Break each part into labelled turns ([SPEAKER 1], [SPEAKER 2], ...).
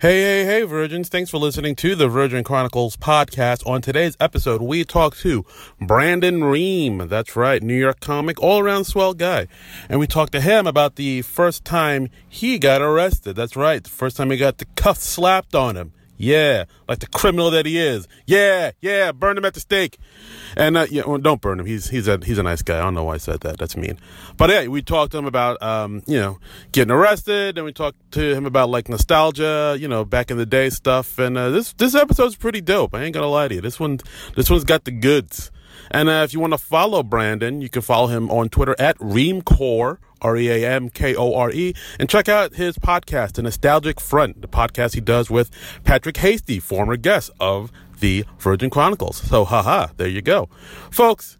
[SPEAKER 1] Hey, hey, hey, Virgins. Thanks for listening to the Virgin Chronicles podcast. On today's episode, we talk to Brandon Ream. That's right, New York comic, all around swell guy. And we talked to him about the first time he got arrested. That's right, the first time he got the cuff slapped on him. Yeah, like the criminal that he is. Yeah, yeah, burn him at the stake. And uh, yeah, well, don't burn him. He's he's a he's a nice guy. I don't know why I said that. That's mean. But yeah, we talked to him about um, you know getting arrested, and we talked to him about like nostalgia, you know, back in the day stuff. And uh, this this episode's pretty dope. I ain't gonna lie to you. This one this one's got the goods. And uh, if you want to follow Brandon, you can follow him on Twitter at Reamcore, R E A M K O R E, and check out his podcast, The Nostalgic Front, the podcast he does with Patrick Hasty, former guest of the Virgin Chronicles. So, haha, there you go. Folks,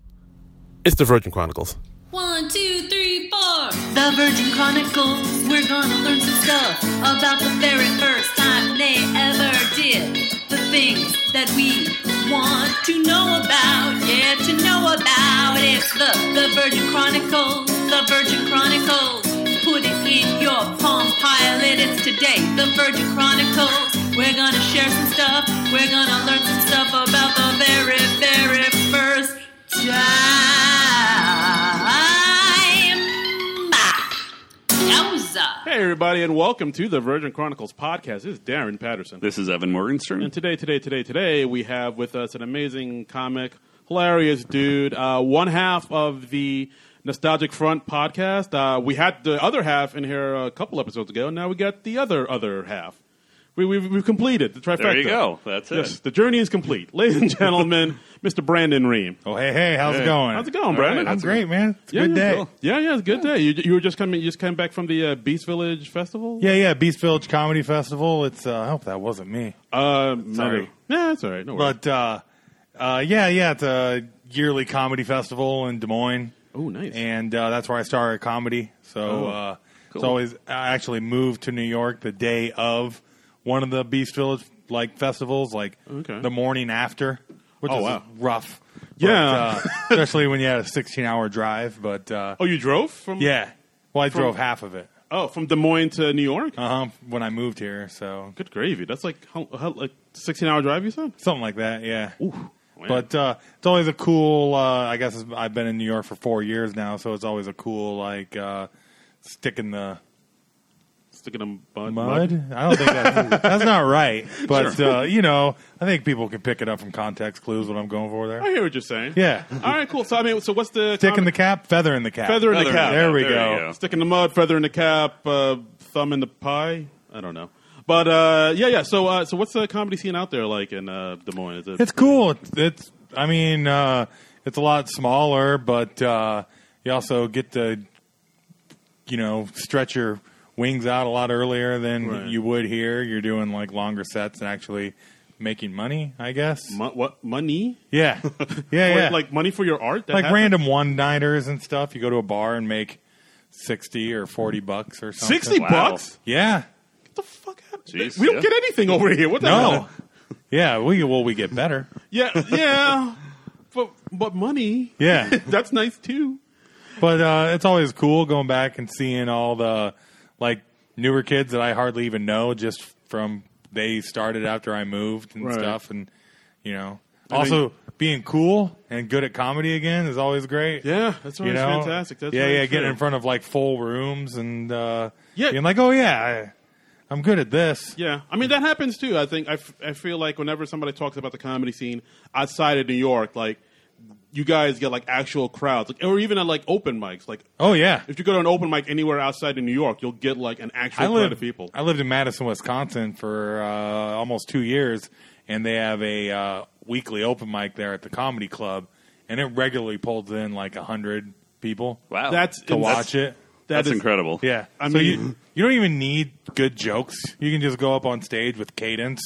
[SPEAKER 1] it's the Virgin Chronicles.
[SPEAKER 2] One, two, three, four. The Virgin Chronicles. We're gonna learn some stuff about the very first time they ever did the things that we want to know about. Yeah, to know about. It's the the Virgin Chronicles. The Virgin Chronicles. Put it in your palm, pile it. It's today. The Virgin Chronicles. We're gonna share some stuff. We're gonna learn some stuff about the very, very first time. Yowza.
[SPEAKER 1] Hey, everybody, and welcome to the Virgin Chronicles podcast. This is Darren Patterson.
[SPEAKER 3] This is Evan Morgenstern.
[SPEAKER 1] And today, today, today, today, we have with us an amazing comic, hilarious dude, uh, one half of the Nostalgic Front podcast. Uh, we had the other half in here a couple episodes ago, and now we got the other other half. We, we've, we've completed the trifecta.
[SPEAKER 3] There you go. That's it.
[SPEAKER 1] Yes, the journey is complete. Ladies and gentlemen, Mr. Brandon Ream.
[SPEAKER 4] Oh hey hey, how's
[SPEAKER 3] Hey.
[SPEAKER 4] it going?
[SPEAKER 1] How's it going, Brandon?
[SPEAKER 3] right,
[SPEAKER 4] I'm
[SPEAKER 3] That's
[SPEAKER 4] great, man. It's a good
[SPEAKER 1] yeah,
[SPEAKER 4] day.
[SPEAKER 1] cool. Yeah, yeah, it's a good day. You, you were just coming, you just came back from the uh, Beast Village Festival.
[SPEAKER 4] Yeah, yeah. Beast Village Comedy Festival. It's uh, I hope that wasn't me,
[SPEAKER 1] Uh,
[SPEAKER 3] Sorry.
[SPEAKER 1] Yeah, it's all right. No worries.
[SPEAKER 4] but uh, uh, yeah, yeah. It's a yearly comedy festival in Des Moines,
[SPEAKER 1] oh, nice.
[SPEAKER 4] and uh, that's where I started comedy. So
[SPEAKER 1] Oh,
[SPEAKER 4] uh,
[SPEAKER 1] cool.
[SPEAKER 4] it's always I actually moved to New York the day of one of the Beast Village like festivals, like
[SPEAKER 1] Okay.
[SPEAKER 4] the morning after, which
[SPEAKER 1] Oh,
[SPEAKER 4] is
[SPEAKER 1] wow.
[SPEAKER 4] rough.
[SPEAKER 1] Yeah.
[SPEAKER 4] but, uh, especially when you had a 16 hour drive. But uh,
[SPEAKER 1] oh, you drove from
[SPEAKER 4] yeah, well, I
[SPEAKER 1] From-
[SPEAKER 4] drove half of it.
[SPEAKER 1] Oh, from Des Moines to New York.
[SPEAKER 4] Uh huh. When I moved here, so
[SPEAKER 1] Good gravy. That's like how, how, like sixteen hour drive. You said.
[SPEAKER 4] something like that. Yeah.
[SPEAKER 1] Man.
[SPEAKER 4] But uh, it's always a cool. Uh, I guess it's- I've been in New York for four years now, so it's always a cool like uh, stick in the
[SPEAKER 1] sticking a mud.
[SPEAKER 4] mud. I don't think that's, that's not right, but uh, you know, I think people can pick it up from context clues what I'm going for
[SPEAKER 1] I
[SPEAKER 4] there.
[SPEAKER 1] hear what you're saying.
[SPEAKER 4] Yeah,
[SPEAKER 1] All right, cool. So I mean, so what's the
[SPEAKER 4] stick in the cap, feather in the cap,
[SPEAKER 1] Feather in the
[SPEAKER 3] Feather in
[SPEAKER 1] cap.
[SPEAKER 3] the
[SPEAKER 4] There we
[SPEAKER 3] There you
[SPEAKER 4] go.
[SPEAKER 3] go.
[SPEAKER 1] Stick in the mud, feather in the cap, uh, thumb in the pie. I don't know. But uh, yeah, yeah. So uh, so what's the comedy scene out there like in uh, Des Moines? Is it,
[SPEAKER 4] It's cool. It's, it's I mean, uh, it's a lot smaller, but uh, you also get to, you know, stretch your wings out a lot earlier than
[SPEAKER 1] Right.
[SPEAKER 4] you would here. You're doing like longer sets and actually making money, I guess.
[SPEAKER 1] mo- what money?
[SPEAKER 4] yeah, yeah, yeah.
[SPEAKER 1] Like, like money for your art? That
[SPEAKER 4] like
[SPEAKER 1] happens?
[SPEAKER 4] random one nighters and stuff. You go to a bar and make sixty or forty bucks or something.
[SPEAKER 1] sixty
[SPEAKER 3] Wow.
[SPEAKER 1] bucks.
[SPEAKER 4] Yeah.
[SPEAKER 1] What the fuck? happened?
[SPEAKER 3] Jeez,
[SPEAKER 1] we don't
[SPEAKER 3] yeah.
[SPEAKER 1] get anything over here. What the
[SPEAKER 4] No.
[SPEAKER 1] hell?
[SPEAKER 4] yeah. We well we get better.
[SPEAKER 1] Yeah, yeah. but but money.
[SPEAKER 4] Yeah.
[SPEAKER 1] that's nice too.
[SPEAKER 4] But uh, it's always cool going back and seeing all the like newer kids that I hardly even know, just from they started after I moved and
[SPEAKER 1] Right.
[SPEAKER 4] stuff, and you know,
[SPEAKER 1] I
[SPEAKER 4] also being cool and good at comedy again is always great.
[SPEAKER 1] Yeah, that's
[SPEAKER 4] you
[SPEAKER 1] always
[SPEAKER 4] know?
[SPEAKER 1] fantastic. That's
[SPEAKER 4] yeah,
[SPEAKER 1] very
[SPEAKER 4] yeah,
[SPEAKER 1] true.
[SPEAKER 4] getting in front of like full rooms and uh,
[SPEAKER 1] Yeah.
[SPEAKER 4] being like, oh yeah, I, I'm good at this.
[SPEAKER 1] Yeah, I mean that happens too. I think I, f- I feel like whenever somebody talks about the comedy scene outside of New York, like you guys get like actual crowds, like, or even at like open mics. Like
[SPEAKER 4] Oh yeah.
[SPEAKER 1] if you go to an open mic anywhere outside of New York, you'll get like an actual
[SPEAKER 4] I
[SPEAKER 1] crowd
[SPEAKER 4] lived,
[SPEAKER 1] of people.
[SPEAKER 4] I lived in Madison, Wisconsin for uh, almost two years, and they have a uh, weekly open mic there at the comedy club, and it regularly pulls in like a hundred people
[SPEAKER 3] Wow.
[SPEAKER 1] That's
[SPEAKER 4] to
[SPEAKER 1] ins-
[SPEAKER 4] watch it.
[SPEAKER 1] that
[SPEAKER 3] That's
[SPEAKER 1] is-
[SPEAKER 3] incredible.
[SPEAKER 4] Yeah,
[SPEAKER 1] I
[SPEAKER 4] so
[SPEAKER 1] mean-
[SPEAKER 4] you, you don't even need good jokes. You can just go up on stage with cadence,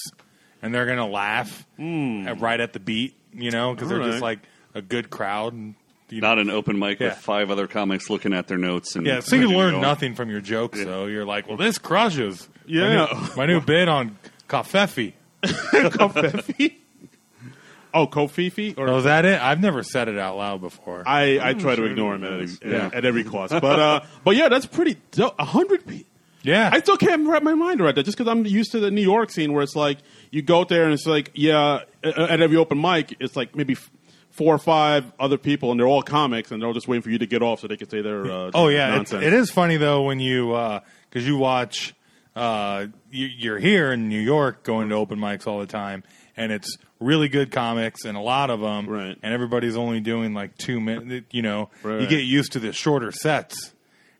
[SPEAKER 4] and they're gonna laugh at, right at the beat, you know, because they're just
[SPEAKER 1] Hmm. Alright.
[SPEAKER 4] like a good crowd. And, you
[SPEAKER 3] Not an open mic
[SPEAKER 4] Yeah.
[SPEAKER 3] with five other comics looking at their notes and
[SPEAKER 4] Yeah, so you
[SPEAKER 3] ready to
[SPEAKER 4] learn
[SPEAKER 3] go.
[SPEAKER 4] nothing from your jokes, though. You're like, well, this crushes.
[SPEAKER 1] Yeah.
[SPEAKER 4] My new, my new bid on Kafefi.
[SPEAKER 1] Kofefi. oh, Kofifi or
[SPEAKER 4] Oh, is that it? I've never said it out loud before.
[SPEAKER 1] I, I try to ignore him at, every-
[SPEAKER 4] Yeah.
[SPEAKER 1] at every cost, but uh, but yeah, that's pretty. A hundred. Pe-
[SPEAKER 4] Yeah.
[SPEAKER 1] I still can't wrap my mind around that just because I'm used to the New York scene where it's like you go there and it's like, yeah, a- at every open mic, it's like maybe f- four or five other people and they're all comics and they're all just waiting for you to get off so they can say their uh,
[SPEAKER 4] Oh yeah, it's,
[SPEAKER 1] nonsense.
[SPEAKER 4] it is funny though when you because you watch uh, you, you're here in New York going to open mics all the time, and it's really good comics and a lot of them,
[SPEAKER 1] Right.
[SPEAKER 4] And everybody's only doing like two minutes. You know,
[SPEAKER 1] Right. Mm.
[SPEAKER 4] you get used to the shorter sets,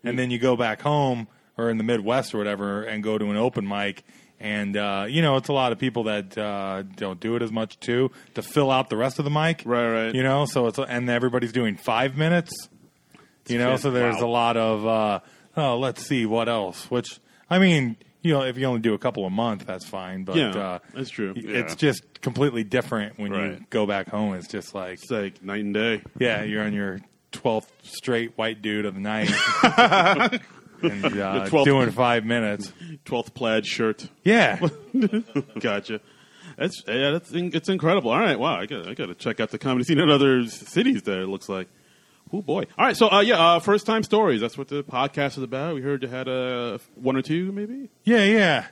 [SPEAKER 4] and then you go back home or in the Midwest or whatever and go to an open mic. And uh, you know, it's a lot of people that uh, don't do it as much too to fill out the rest of the mic,
[SPEAKER 1] Right, right.
[SPEAKER 4] You know, so it's and everybody's doing five minutes you know so there's
[SPEAKER 1] Wow.
[SPEAKER 4] a lot of uh oh let's see what else which i mean you know if you only do a couple a month that's fine but
[SPEAKER 1] Yeah,
[SPEAKER 4] uh
[SPEAKER 1] that's true.
[SPEAKER 4] y-
[SPEAKER 3] Yeah.
[SPEAKER 4] it's just completely different when you
[SPEAKER 3] Right.
[SPEAKER 4] go back home it's just like
[SPEAKER 1] It's like night and day.
[SPEAKER 4] yeah you're on your 12th straight white dude of the night and uh,
[SPEAKER 1] 12th.
[SPEAKER 4] doing five minutes
[SPEAKER 1] 12th plaid shirt.
[SPEAKER 4] yeah
[SPEAKER 1] gotcha. That's yeah, that's in, it's incredible. All right, wow, I got I got to check out the comedy scene in other s- cities. There it looks like. Oh boy! All right, so uh, yeah, uh, first time stories. That's what the podcast is about. We heard you had uh, one or two, maybe.
[SPEAKER 4] Yeah, yeah.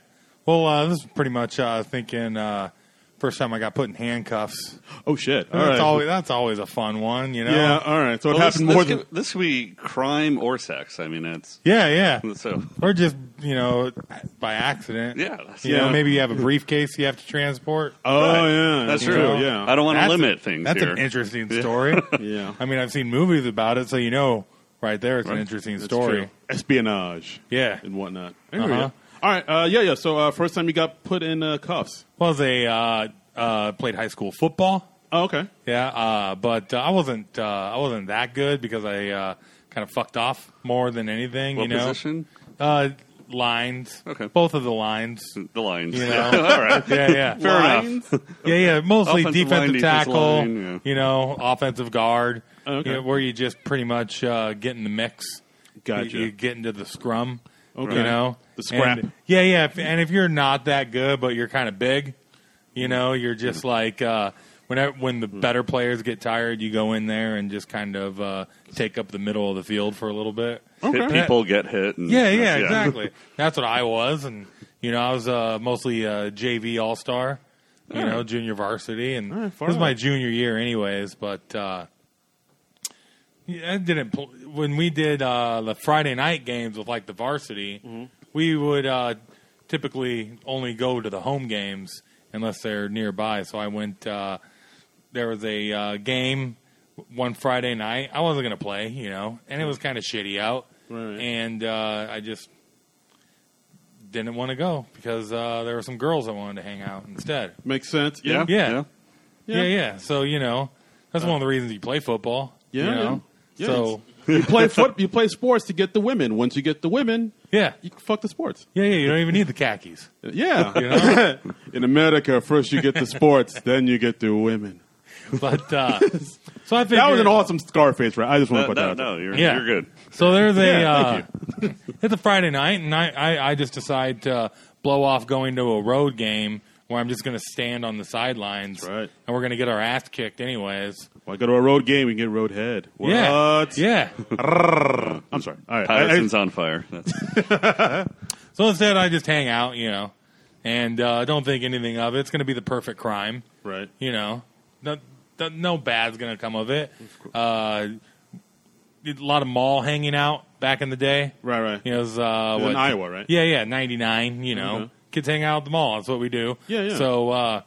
[SPEAKER 4] Well, uh, this is pretty much uh, thinking uh, first time I got put in handcuffs.
[SPEAKER 1] Oh shit! All
[SPEAKER 4] That's
[SPEAKER 1] right.
[SPEAKER 4] always that's always a fun one, you know.
[SPEAKER 1] yeah. All right. So it
[SPEAKER 3] Well, this,
[SPEAKER 1] happened more
[SPEAKER 3] this
[SPEAKER 1] than.
[SPEAKER 3] could, this could be crime or sex. I mean, that's
[SPEAKER 4] yeah, yeah.
[SPEAKER 3] so.
[SPEAKER 4] or just you know by accident.
[SPEAKER 3] Yeah, that's-
[SPEAKER 4] you know
[SPEAKER 1] Yeah.
[SPEAKER 4] maybe you have a briefcase you have to transport.
[SPEAKER 1] Oh
[SPEAKER 3] Right.
[SPEAKER 1] yeah,
[SPEAKER 3] That's
[SPEAKER 1] you
[SPEAKER 3] true.
[SPEAKER 1] know, Yeah.
[SPEAKER 3] I don't want to
[SPEAKER 4] That's a-
[SPEAKER 3] limit things
[SPEAKER 4] That's
[SPEAKER 3] here.
[SPEAKER 4] an interesting story.
[SPEAKER 1] Yeah.
[SPEAKER 4] I mean, I've seen movies about it, so you know right there it's an interesting
[SPEAKER 1] That's
[SPEAKER 4] story.
[SPEAKER 1] true. Espionage.
[SPEAKER 4] Yeah.
[SPEAKER 1] And whatnot. There we
[SPEAKER 4] Uh-huh.
[SPEAKER 1] go. All right. Uh, yeah, yeah. So uh, first time you got put in uh, cuffs.
[SPEAKER 4] Well, they uh, uh, played high school football.
[SPEAKER 1] Oh, okay.
[SPEAKER 4] Yeah, uh, but uh, I wasn't uh, I wasn't that good because I uh, kind of fucked off more than anything.
[SPEAKER 3] What
[SPEAKER 4] you know,
[SPEAKER 3] position?
[SPEAKER 4] Uh, lines.
[SPEAKER 3] Okay.
[SPEAKER 4] both of the lines.
[SPEAKER 3] The lines.
[SPEAKER 4] You know?
[SPEAKER 3] All right.
[SPEAKER 4] Yeah, yeah.
[SPEAKER 3] Fair
[SPEAKER 1] Lines?
[SPEAKER 3] enough.
[SPEAKER 4] Yeah, yeah, mostly
[SPEAKER 3] Offensive
[SPEAKER 4] defensive
[SPEAKER 3] line, defensive
[SPEAKER 4] tackle,
[SPEAKER 3] line, yeah.
[SPEAKER 4] you know, offensive guard,
[SPEAKER 1] Okay.
[SPEAKER 4] you know, where you just pretty much uh, get in the mix.
[SPEAKER 1] Gotcha.
[SPEAKER 4] You, you get into the scrum,
[SPEAKER 1] Okay.
[SPEAKER 4] you know.
[SPEAKER 1] The scrap.
[SPEAKER 4] And- yeah, yeah, if, and if you're not that good, but you're kind of big, you know, you're just like uh, when I- when the better players get tired, you go in there and just kind of uh, take up the middle of the field for a little bit.
[SPEAKER 1] Okay.
[SPEAKER 3] Hit people, get hit. And,
[SPEAKER 4] Yeah, yeah, exactly. That's what I was, and you know, I was uh, mostly uh, JV All Star, you know, junior varsity, and
[SPEAKER 1] All right,
[SPEAKER 4] this
[SPEAKER 1] far
[SPEAKER 4] was my
[SPEAKER 1] out.
[SPEAKER 4] junior year, anyways. But uh, yeah, I didn't. Pl- when we did uh, the Friday night games with like the varsity, we would uh, typically only go to the home games unless they're nearby. So I went. Uh, there was a uh, game one Friday night. I wasn't going to play, you know, and it was kind of shitty out.
[SPEAKER 1] Mm. Right.
[SPEAKER 4] And uh, I just didn't want to go because uh, there were some girls I wanted to hang out instead.
[SPEAKER 1] Makes sense.
[SPEAKER 3] Yeah.
[SPEAKER 4] Yeah.
[SPEAKER 3] yeah.
[SPEAKER 1] Yeah. Uh,
[SPEAKER 4] Yeah, yeah. So, you know, that's one of the reasons you play football.
[SPEAKER 1] Yeah,
[SPEAKER 4] You know?
[SPEAKER 1] yeah. Yeah,
[SPEAKER 4] So,
[SPEAKER 1] you play foot. You play sports to get the women. Once you get the women,
[SPEAKER 4] yeah.
[SPEAKER 1] you can fuck the sports.
[SPEAKER 4] Yeah, yeah. You don't even need the khakis.
[SPEAKER 1] Yeah.
[SPEAKER 4] You know?
[SPEAKER 1] In America, first you get the sports, then you get the women.
[SPEAKER 4] But, uh, so I figured.
[SPEAKER 1] That was an awesome Scarface, right? I just want to
[SPEAKER 3] No,
[SPEAKER 1] put
[SPEAKER 3] no,
[SPEAKER 1] that. out
[SPEAKER 3] no,
[SPEAKER 1] there.
[SPEAKER 3] you're,
[SPEAKER 4] Yeah.
[SPEAKER 3] you're good.
[SPEAKER 4] So there's a
[SPEAKER 1] Yeah,
[SPEAKER 4] uh, it's a Friday night, and I, I, I just decide to blow off going to a road game where I'm just going to stand on the sidelines,
[SPEAKER 1] That's right.
[SPEAKER 4] and we're going to get our ass kicked anyways.
[SPEAKER 1] Well, I go to a road game, we can get roadhead. What?
[SPEAKER 4] Yeah, yeah.
[SPEAKER 1] I'm sorry. All right. I- I-
[SPEAKER 3] Patterson's on fire. That's,
[SPEAKER 4] So instead, I just hang out, you know, and uh, don't think anything of it. It's going to be the perfect crime.
[SPEAKER 1] right.
[SPEAKER 4] you know, no, no- no bad's gonna come of it. Uh, a lot of mall hanging out back in the day.
[SPEAKER 1] Right, right.
[SPEAKER 4] You know, it was, uh,
[SPEAKER 1] in
[SPEAKER 4] what-
[SPEAKER 1] Iowa, right?
[SPEAKER 4] Yeah, yeah, ninety nine. You know,
[SPEAKER 1] Okay.
[SPEAKER 4] kids hang out at the mall. That's what we do.
[SPEAKER 1] Yeah, yeah.
[SPEAKER 4] So uh,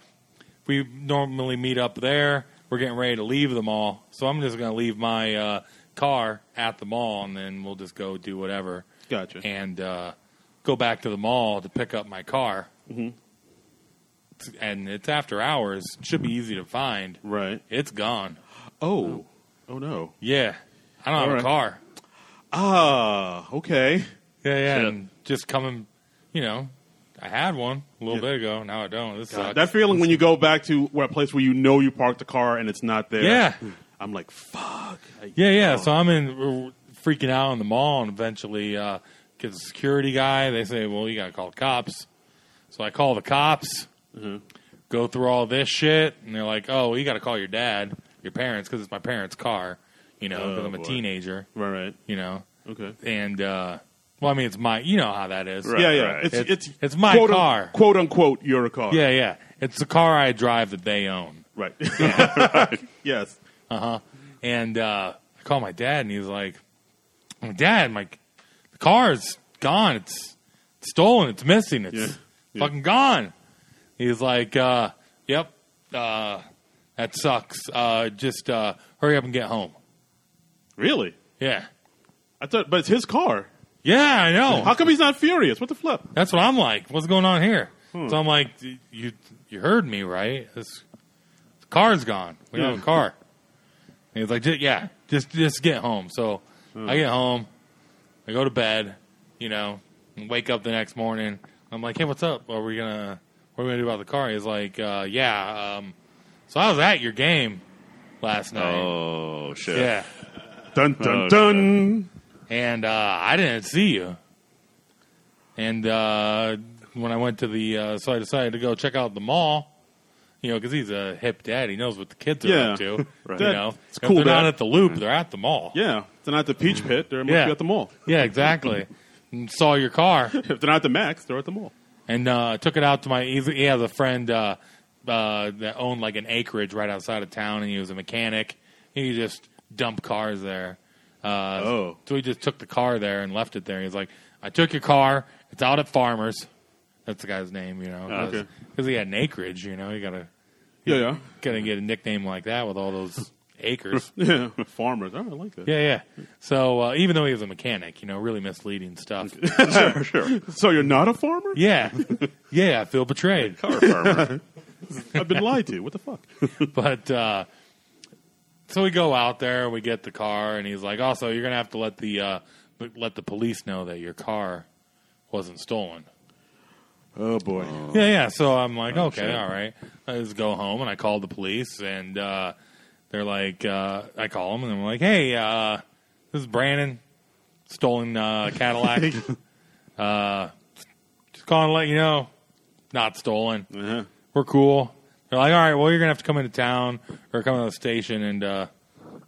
[SPEAKER 4] we normally meet up there. We're getting ready to leave the mall, so I'm just gonna leave my uh, car at the mall, and then we'll just go do whatever
[SPEAKER 1] Gotcha.
[SPEAKER 4] and uh, go back to the mall to pick up my car. Mm-hmm. And it's after hours. Should be easy to find.
[SPEAKER 1] Right.
[SPEAKER 4] It's gone.
[SPEAKER 1] Oh. Oh no.
[SPEAKER 4] Yeah, I don't
[SPEAKER 1] All
[SPEAKER 4] have
[SPEAKER 1] right.
[SPEAKER 4] a car.
[SPEAKER 1] Ah. Okay.
[SPEAKER 4] Yeah, yeah.
[SPEAKER 3] Shit.
[SPEAKER 4] And just coming, you know, I had one a little
[SPEAKER 1] Yeah.
[SPEAKER 4] bit ago. Now I don't. This sucks.
[SPEAKER 1] That feeling when you go back to where a place where you know you parked the car and it's not there.
[SPEAKER 4] Yeah.
[SPEAKER 1] I'm like, fuck. I-
[SPEAKER 4] yeah, yeah.
[SPEAKER 1] oh.
[SPEAKER 4] So I'm in we're freaking out in the mall, and eventually uh, get the security guy. They say, "Well, you got to call the cops." So I call the cops.
[SPEAKER 1] Mm-hmm.
[SPEAKER 4] Go through all this shit, and they're like, "Oh, well, you got to call your dad, your parents, because it's my parents' car." You know,
[SPEAKER 1] Oh,
[SPEAKER 4] because I'm a
[SPEAKER 1] boy.
[SPEAKER 4] teenager.
[SPEAKER 1] Right. Right.
[SPEAKER 4] You know,
[SPEAKER 1] Okay.
[SPEAKER 4] and uh, Well, I mean, it's my. You know how that is.
[SPEAKER 3] Right,
[SPEAKER 1] yeah, yeah.
[SPEAKER 3] right.
[SPEAKER 1] It's, it's
[SPEAKER 4] It's- it's my
[SPEAKER 1] quote, un-
[SPEAKER 4] car.
[SPEAKER 1] quote unquote. Your car.
[SPEAKER 4] Yeah, yeah. It's the car I drive that they own.
[SPEAKER 1] Right. yes.
[SPEAKER 4] And uh, I called my dad, and he's like, "My "Dad, my the car's gone. It's stolen. It's missing. It's
[SPEAKER 3] Yeah, yeah.
[SPEAKER 4] fucking gone." He's like, uh, "Yep, uh, that sucks. Uh, just uh, hurry up and get home."
[SPEAKER 1] Really?
[SPEAKER 4] Yeah,
[SPEAKER 1] I thought, but it's his car.
[SPEAKER 4] yeah, I know.
[SPEAKER 1] How come he's not furious? What the flip?
[SPEAKER 4] That's what I'm like. What's going on here? So I'm like, you you heard me right? This the car's gone. We don't have a car. And he's like, "Ju- yeah, just just get home. So I get home, I go to bed, you know, and wake up the next morning. I'm like, hey, what's up? Are we gonna what are we gonna do about the car? He's like, uh, yeah. Um, so I was at your game last night.
[SPEAKER 3] Oh shit.
[SPEAKER 4] Yeah,
[SPEAKER 1] Dun
[SPEAKER 3] Oh,
[SPEAKER 1] dun.
[SPEAKER 4] and uh, I didn't see you. And uh, when I went to the, uh, so I decided to go check out the mall. You know, because he's a hip dad, he knows what the kids are
[SPEAKER 1] Yeah.
[SPEAKER 4] up to.
[SPEAKER 3] Right.
[SPEAKER 4] You
[SPEAKER 1] That-
[SPEAKER 4] know,
[SPEAKER 1] it's
[SPEAKER 4] if
[SPEAKER 1] cool,
[SPEAKER 4] they're not
[SPEAKER 1] Dad.
[SPEAKER 4] at the loop; they're at the mall.
[SPEAKER 1] Yeah. If they're not at the Peach Pit, they're must
[SPEAKER 4] Hmm. Yeah.
[SPEAKER 1] be at the mall.
[SPEAKER 4] Yeah, exactly. and saw your car
[SPEAKER 1] If they're not at the Max, they're at the mall.
[SPEAKER 4] and uh, took it out to my. He's, he has a friend uh, uh, that owned like an acreage right outside of town, and he was a mechanic. He could just dump cars there. Uh,
[SPEAKER 1] Oh.
[SPEAKER 4] so he just took the car there and left it there. He's like, "I took your car. It's out at Farmers." That's the guy's name, you know,
[SPEAKER 3] Oh,
[SPEAKER 4] because
[SPEAKER 1] okay.
[SPEAKER 4] he had an acreage. You know, you gotta
[SPEAKER 1] Yeah,
[SPEAKER 4] gotta get a nickname like that with all those acres.
[SPEAKER 1] yeah. Yeah. Farmers. Oh, I like that.
[SPEAKER 4] Yeah, yeah. So uh, even though he was a mechanic, you know, really misleading stuff.
[SPEAKER 3] sure, sure.
[SPEAKER 1] So you're not a farmer?
[SPEAKER 4] yeah, yeah. I feel betrayed.
[SPEAKER 3] Car farmer.
[SPEAKER 1] I've been lied to. What the fuck?
[SPEAKER 4] but uh, so we go out there, we get the car, and he's like, "Also, you're gonna have to let the uh, let the police know that your car wasn't stolen."
[SPEAKER 1] Oh boy.
[SPEAKER 4] Yeah, yeah. So I'm like,
[SPEAKER 3] Oh,
[SPEAKER 4] okay,
[SPEAKER 3] shit.
[SPEAKER 4] all right. I just go home and I call the police, and uh, they're like, uh, I call them and I'm like, hey, uh, this is Brandon, stolen uh, Cadillac. uh, just calling to let you know, not stolen.
[SPEAKER 1] Uh-huh.
[SPEAKER 4] We're cool. They're like, all right, well, you're gonna have to come into town or come to the station and uh,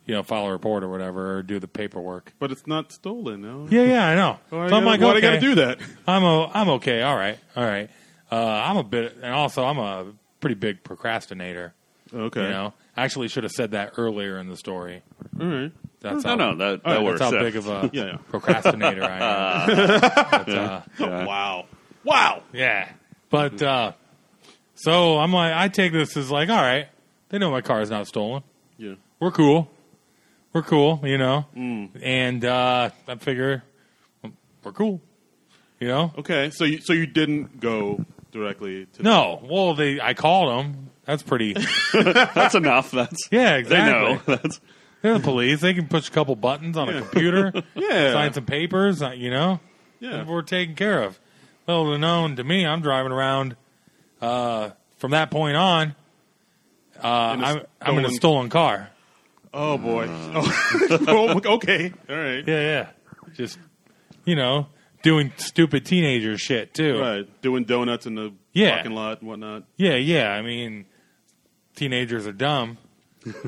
[SPEAKER 4] you know file a report or whatever or do the paperwork.
[SPEAKER 1] But it's not stolen. No.
[SPEAKER 4] Yeah, yeah, I know.
[SPEAKER 1] Why
[SPEAKER 4] So I'm
[SPEAKER 1] gotta-
[SPEAKER 4] like,
[SPEAKER 1] why do I
[SPEAKER 4] okay.
[SPEAKER 1] got to do that?
[SPEAKER 4] I'm o am okay. All right, all right. Uh, I'm a bit, and also I'm a pretty big procrastinator.
[SPEAKER 1] Okay.
[SPEAKER 4] You know, I actually should have said that earlier in the story.
[SPEAKER 1] All right.
[SPEAKER 4] That's
[SPEAKER 3] no,
[SPEAKER 4] how,
[SPEAKER 3] no, that, that
[SPEAKER 4] that's
[SPEAKER 3] works.
[SPEAKER 4] how
[SPEAKER 3] Yeah.
[SPEAKER 4] big of a
[SPEAKER 1] Yeah, yeah.
[SPEAKER 4] procrastinator I am. But, uh,
[SPEAKER 3] Yeah.
[SPEAKER 1] Wow. Wow.
[SPEAKER 4] yeah, but uh, so I'm like, I take this as like, all right, they know my car is not stolen.
[SPEAKER 1] Yeah.
[SPEAKER 4] We're cool. We're cool. You know,
[SPEAKER 3] Mm.
[SPEAKER 4] and uh, I figure we're cool. You know,
[SPEAKER 1] Okay. So you so you didn't go directly to
[SPEAKER 4] No, well, they I called them. That's pretty.
[SPEAKER 3] That's enough. That's
[SPEAKER 4] Yeah,
[SPEAKER 3] they
[SPEAKER 4] exactly.
[SPEAKER 3] know. That's
[SPEAKER 4] They're the police. They can push a couple buttons on a computer,
[SPEAKER 1] Yeah.
[SPEAKER 4] sign some papers. uh, You know,
[SPEAKER 1] Yeah.
[SPEAKER 4] we're taken care of. Little known to me, I'm driving around. Uh, from that point on, uh,
[SPEAKER 1] In a
[SPEAKER 4] I'm, I'm in a
[SPEAKER 1] stolen-
[SPEAKER 4] stolen car.
[SPEAKER 1] Oh boy. Oh. okay. All right.
[SPEAKER 4] Yeah, yeah. Just you know, doing stupid teenager shit too.
[SPEAKER 1] Right. Doing donuts in the
[SPEAKER 4] Yeah.
[SPEAKER 1] parking lot and whatnot.
[SPEAKER 4] Yeah, yeah. I mean, teenagers are dumb.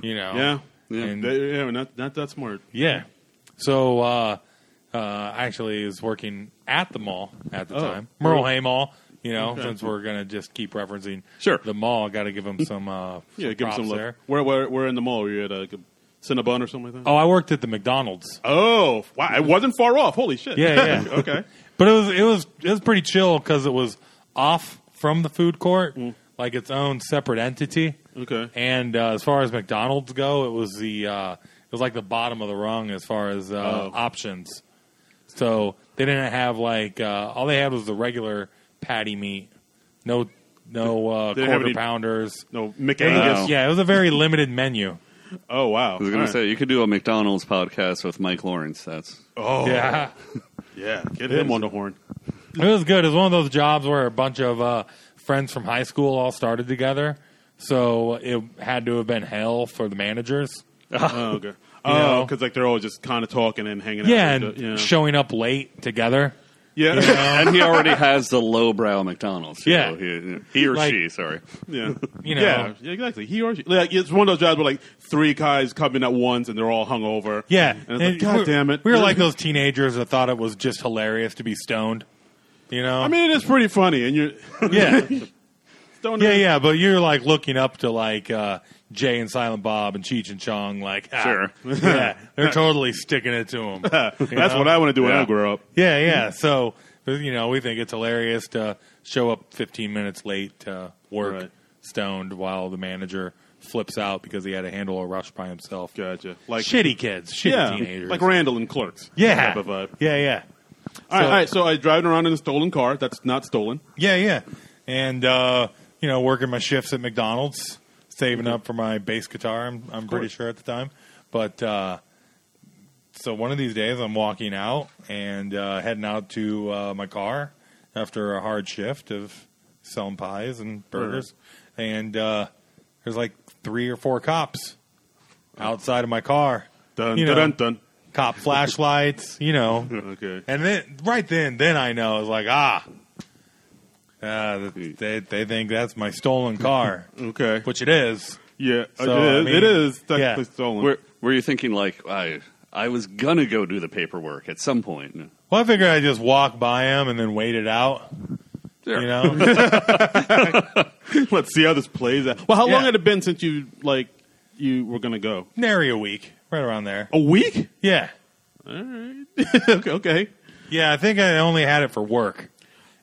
[SPEAKER 4] You know.
[SPEAKER 1] Yeah.
[SPEAKER 3] Yeah.
[SPEAKER 4] And-
[SPEAKER 1] They- yeah. Not not that smart.
[SPEAKER 4] Yeah. So uh, uh, actually, is working at the mall at the
[SPEAKER 1] Oh.
[SPEAKER 4] time, Merle Hay Mall. You know,
[SPEAKER 1] Okay.
[SPEAKER 4] since we're gonna just keep referencing
[SPEAKER 3] Sure.
[SPEAKER 4] the mall, got to give them some uh,
[SPEAKER 1] Hmm. Yeah. Give 'em
[SPEAKER 4] props
[SPEAKER 1] some love.
[SPEAKER 4] there.
[SPEAKER 1] Where where where in the mall? Were you at a Cinnabon or something like that?
[SPEAKER 4] Oh, I worked at the McDonald's,
[SPEAKER 1] Oh, wow. It wasn't far off. Holy shit.
[SPEAKER 4] Yeah, yeah.
[SPEAKER 1] okay.
[SPEAKER 4] but it was it was it was pretty chill because it was off from the food court,
[SPEAKER 1] Hmm.
[SPEAKER 4] like its own separate entity.
[SPEAKER 1] Okay.
[SPEAKER 4] And uh, as far as McDonald's go, it was the uh, it was like the bottom of the rung as far as uh,
[SPEAKER 1] Oh.
[SPEAKER 4] options. So they didn't have like uh, all they had was the regular patty meat, no no uh,
[SPEAKER 1] They didn't have
[SPEAKER 4] quarter
[SPEAKER 1] any-
[SPEAKER 4] pounders. Uh,
[SPEAKER 1] No, McAngus.
[SPEAKER 3] Wow.
[SPEAKER 4] Yeah, it was a very limited menu.
[SPEAKER 1] Oh, wow.
[SPEAKER 3] I was gonna say you could do a McDonald's podcast with Mike Lawrence. That's
[SPEAKER 1] Oh, yeah. Yeah.
[SPEAKER 4] Yeah,
[SPEAKER 1] Get him on the horn.
[SPEAKER 4] it was good. It was one of those jobs where a bunch of uh, friends from high school all started together. So it had to have been hell for the managers.
[SPEAKER 1] Oh, okay. Oh,
[SPEAKER 4] know?
[SPEAKER 1] because like uh, they're all just kind of talking and hanging
[SPEAKER 4] Yeah,
[SPEAKER 1] out.
[SPEAKER 4] and showing up late together.
[SPEAKER 3] Yeah, and he already has the lowbrow McDonald's. you
[SPEAKER 4] Yeah.
[SPEAKER 3] know, he, he or
[SPEAKER 4] Like-
[SPEAKER 3] she. Sorry.
[SPEAKER 1] Yeah.
[SPEAKER 4] You know.
[SPEAKER 1] Yeah, exactly. He or she. Like, it's one of those jobs where like three guys come in at once and they're all hungover.
[SPEAKER 4] Yeah.
[SPEAKER 1] And it's like, God
[SPEAKER 4] we're-
[SPEAKER 1] damn it.
[SPEAKER 4] We were like those teenagers that thought it was just hilarious to be stoned. You know?
[SPEAKER 1] I mean, it is pretty funny, and you're.
[SPEAKER 4] yeah.
[SPEAKER 1] Don't
[SPEAKER 4] yeah, yeah, but you're like looking up to like uh, Jay and Silent Bob and Cheech and Chong, like, ah,
[SPEAKER 3] Sure.
[SPEAKER 4] yeah, they're totally sticking it to them.
[SPEAKER 1] That's what I want to do when I
[SPEAKER 3] Yeah.
[SPEAKER 1] grow up.
[SPEAKER 4] Yeah, yeah. So you know, we think it's hilarious to show up 15 minutes late to work
[SPEAKER 1] Right.
[SPEAKER 4] stoned while the manager flips out because he had to handle a rush by himself.
[SPEAKER 1] Gotcha. Like
[SPEAKER 4] shitty kids, shitty
[SPEAKER 1] yeah,
[SPEAKER 4] teenagers.
[SPEAKER 1] like Randall and Clerks.
[SPEAKER 4] yeah,
[SPEAKER 1] Type of vibe.
[SPEAKER 4] yeah, yeah,
[SPEAKER 1] All right, all right. So I driving around in a stolen car. That's not stolen.
[SPEAKER 4] yeah, yeah. And uh, you know, working my shifts at McDonald's, saving up for my bass guitar. I'm, I'm pretty sure at the time, but. uh so one of these days I'm walking out and uh, heading out to uh, my car after a hard shift of selling pies and burgers, and uh, there's like three or four cops outside of my car.
[SPEAKER 1] Dun
[SPEAKER 4] You
[SPEAKER 1] dun,
[SPEAKER 4] know.
[SPEAKER 1] dun dun.
[SPEAKER 4] Cop flashlights, you know.
[SPEAKER 1] Okay.
[SPEAKER 4] And then right then, then I know it's like ah, uh, they they think that's my stolen car,
[SPEAKER 1] Okay.
[SPEAKER 4] which it is.
[SPEAKER 1] yeah,
[SPEAKER 4] So,
[SPEAKER 1] it is.
[SPEAKER 4] I mean,
[SPEAKER 1] it is technically
[SPEAKER 4] yeah.
[SPEAKER 1] stolen.
[SPEAKER 3] Were, were you thinking like I? I was gonna go do the paperwork at some point.
[SPEAKER 4] Well, I figured I'd just walk by him and then wait it out.
[SPEAKER 3] Sure.
[SPEAKER 4] You know,
[SPEAKER 1] Let's see how this plays out. Well, how long
[SPEAKER 4] Yeah.
[SPEAKER 1] had it been since you like you were gonna go?
[SPEAKER 4] nary a week, right around there.
[SPEAKER 1] A week?
[SPEAKER 4] Yeah.
[SPEAKER 1] okay, okay.
[SPEAKER 4] Yeah, I think I only had it for work.